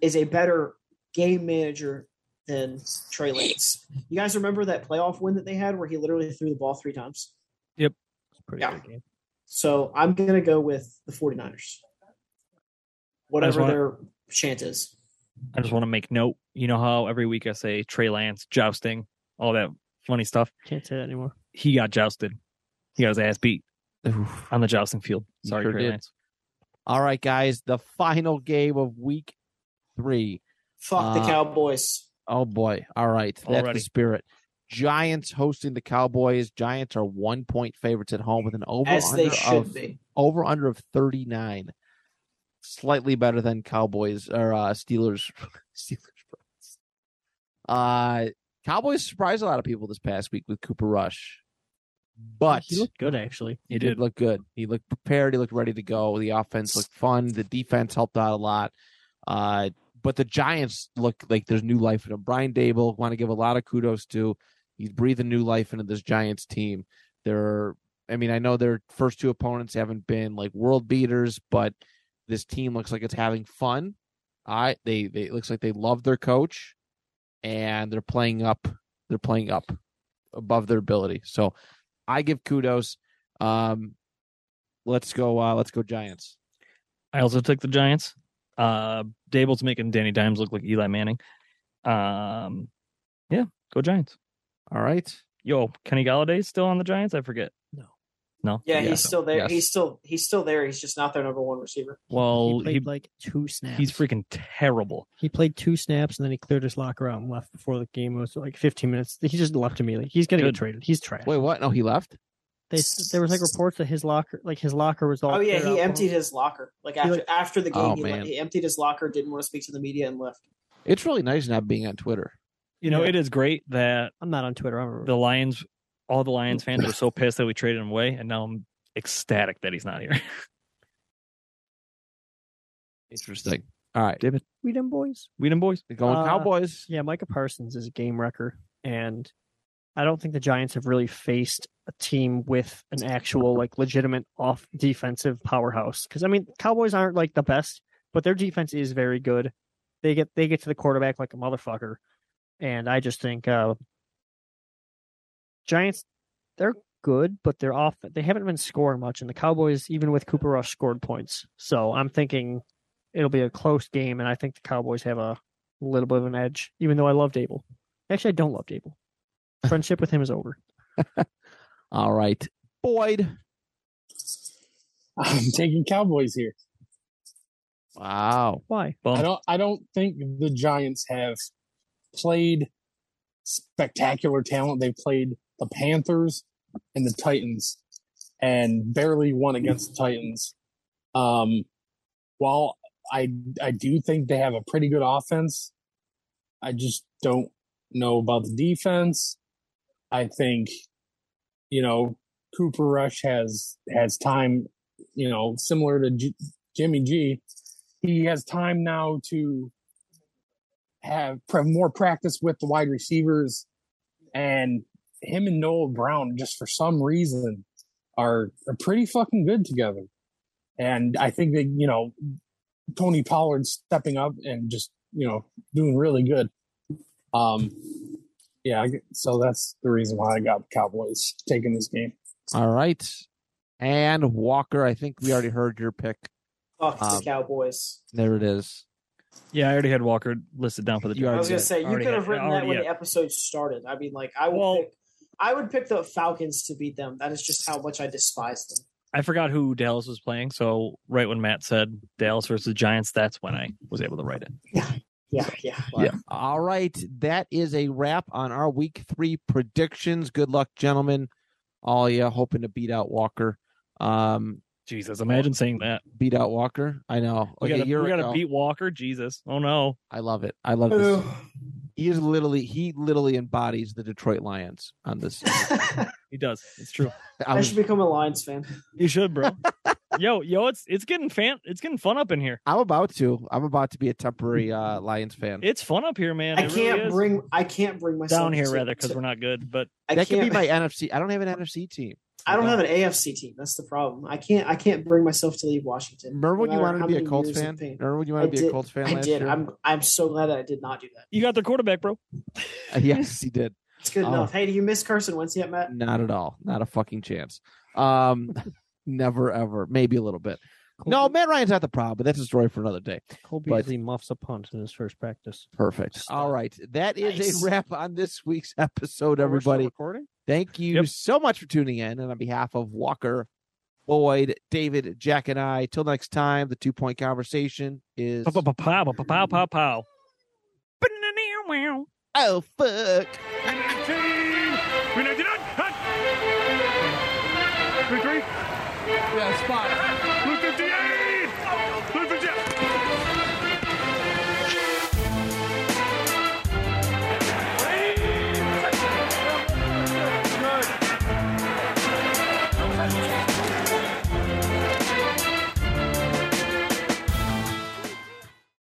D: is a better game manager than Trey Lance. You guys remember that playoff win that they had where he literally threw the ball three times?
E: Pretty
D: Yeah.
E: good game.
D: So I'm going to go with the 49ers. Whatever
C: wanna-
D: their chant is.
C: I just want to make note. You know how every week I say Trey Lance, jousting, all that funny stuff.
E: Can't say that anymore.
C: He got jousted. He got his ass beat
B: Oof.
C: on the jousting field.
B: He
C: Sorry,
B: sure
C: Trey
B: did.
C: Lance.
B: All right, guys, the final game of week three.
D: Fuck the
B: Uh,
D: Cowboys.
B: Oh boy. All right. That's
C: Already.
B: the spirit. Giants hosting the Cowboys. Giants are one point favorites at home with an over
D: As they
B: under
D: should
B: of
D: be.
B: over under of 39. Slightly better than Cowboys or uh Steelers (laughs) Steelers. Browns. Uh Cowboys surprised a lot of people this past week with Cooper Rush. But
E: He looked good actually.
C: He
B: he did
C: did.
B: look good. He looked prepared. He looked ready to go. The offense looked fun. The defense helped out a lot. Uh, but the Giants look like there's new life in them. Brian Dable, want to give a lot of kudos to. He's breathing new life into this Giants team. They're, I mean, I know their first two opponents haven't been like world beaters, but this team looks like it's having fun. I they they it looks like they love their coach, and they're playing up. They're playing up above their ability. So I give kudos. Um, let's go. Uh, let's go Giants.
C: I also took the Giants. Uh Dable's making Danny Dimes look like Eli Manning. Um yeah, go Giants.
B: All right.
C: Yo, Kenny Galladay's still on the Giants? I forget. No. No.
D: Yeah, he's
C: so-
D: still there.
C: yes.
D: He's still he's still there. He's just not their number one receiver.
C: well
E: he
C: he
E: played like two snaps.
C: he's freaking terrible.
E: He played two snaps and then he cleared his locker out and left before the game was like 15 minutes. He just left immediately. He's gonna
C: Good.
E: get traded. He's trash.
B: Wait, what? No, he left.
E: They, there was like reports that his locker, like his locker was all.
D: Oh yeah,
E: cleared out
D: he
E: for
D: emptied
E: him.
D: his locker. Like after
E: like-
D: after the game,
B: Oh,
D: he, le-
B: man.
D: he emptied his locker. Didn't want to speak to the media and left.
B: It's really nice not being on Twitter.
C: You know,
E: Yeah.
C: it is great that
E: I'm not on Twitter. I'm a,
C: the Lions all the Lions fans were (laughs) so pissed that we traded him away, and now I'm ecstatic that he's not here. (laughs)
B: Interesting. All right,
E: we them boys.
C: We done boys.
B: They're going
E: Uh,
B: Cowboys.
E: Yeah, Micah Parsons is a game wrecker, and I don't think the Giants have really faced a team with an actual like legitimate off defensive powerhouse. Because I mean, Cowboys aren't like the best, but their defense is very good. They get they get to the quarterback like a motherfucker, and I just think uh Giants they're good, but they're off. They haven't been scoring much, and the Cowboys even with Cooper Rush scored points. So I'm thinking it'll be a close game, and I think the Cowboys have a a little bit of an edge, even though I love Dable. Actually, I don't
B: (laughs)
E: love Dable. Friendship with him is over.
B: All right, Boyd.
F: (laughs) I'm taking Cowboys here.
B: Wow.
E: Why?
F: I
C: Bum.
F: don't. I don't think the Giants have played spectacular talent. They played the Panthers and the Titans, and barely won against the Titans. Um, while I I do think they have a pretty good offense, I just don't know about the defense. I think, you know, Cooper Rush has has time. You know, similar to J- Jimmy G, he has time now to have pr- more practice with the wide receivers and him and Noel Brown just for some reason are are pretty fucking good together. And I think that, you know, Tony Pollard stepping up and just, you know, doing really good. Um yeah, I g- so that's the reason why I got the Cowboys taking this game.
B: All right, and Walker. I think we already heard your pick.
D: Fuck
B: Um,
D: the Cowboys.
B: There it is.
C: Yeah, I already had Walker listed down for the
B: You
D: I
B: already
C: Giants.
D: was gonna
B: did.
D: say you
C: Already
D: could have
C: had-
D: written that
C: already
D: when
C: had-
D: the episode started. I mean, like I would
C: Well-
D: pick, I would pick the Falcons to beat them. That is just how much I despise them.
C: I forgot who Dallas was playing. So right when Matt said Dallas versus the Giants, that's when I was able to write it.
D: Yeah,
B: (laughs)
D: yeah.
B: All right, that is a wrap on our week three predictions. Good luck, gentlemen. All you hoping to beat out Walker. Um,
C: Jesus, imagine saying that.
B: beat out Walker. I know.
C: We
B: Like a
C: gotta,
B: year
C: we gotta
B: ago.
C: beat Walker. Jesus. Oh no.
B: I love it. I love this. He is literally he literally embodies the Detroit Lions on
D: (laughs)
B: this.
C: He does. It's true.
B: I
D: (laughs) I
B: was
D: should become a Lions fan.
C: You should,
D: (laughs)
C: bro. yo, yo, it's it's getting fan it's getting fun up in here.
B: I'm about to. I'm about to be a temporary uh, Lions fan.
C: It's fun up here, man.
D: I
C: It
D: can't
C: really is.
D: bring. I can't bring myself
C: down here
D: to-
C: rather because
D: to-
C: we're not good. But
D: I
B: that could be
D: can't.
B: my NFC. I don't have an NFC team.
D: I don't have an AFC team. That's the problem. I can't. I can't bring myself to leave Washington.
B: Remember when
D: no
B: you
D: matter
B: wanted
D: how
B: to be a
D: many
B: Colts
D: years of
B: fan?
D: pain.
B: Remember when you
D: I
B: wanted to be
D: did-
B: a Colts fan
D: I
B: last
D: did.
B: year?
D: I'm. I'm so glad that I did not do that.
C: you got the quarterback, bro.
B: (laughs) yes, he did.
D: It's good
B: Oh.
D: enough. Hey, do you miss Carson Wentz yet, Matt?
B: Not at all. Not a fucking chance. Um, (laughs) never ever, maybe a little bit. No, Matt Ryan's not the problem, but that's a story for another day.
E: Cole
B: but-
E: Beasley muffs a punt in his first practice.
B: Perfect. All right. That is
F: Nice.
B: a wrap on this week's episode,
E: We're still
B: everybody.
E: recording?
B: Thank you
C: Yep.
B: so much for tuning in. And on behalf of Walker, Boyd, David, Jack, and I, till next time, the two point conversation is
C: Pow, pow, pow, pow, pow, pow, pow. Ba-na-na-na-wow.
B: oh, fuck.
A: Victory! Yes, spot.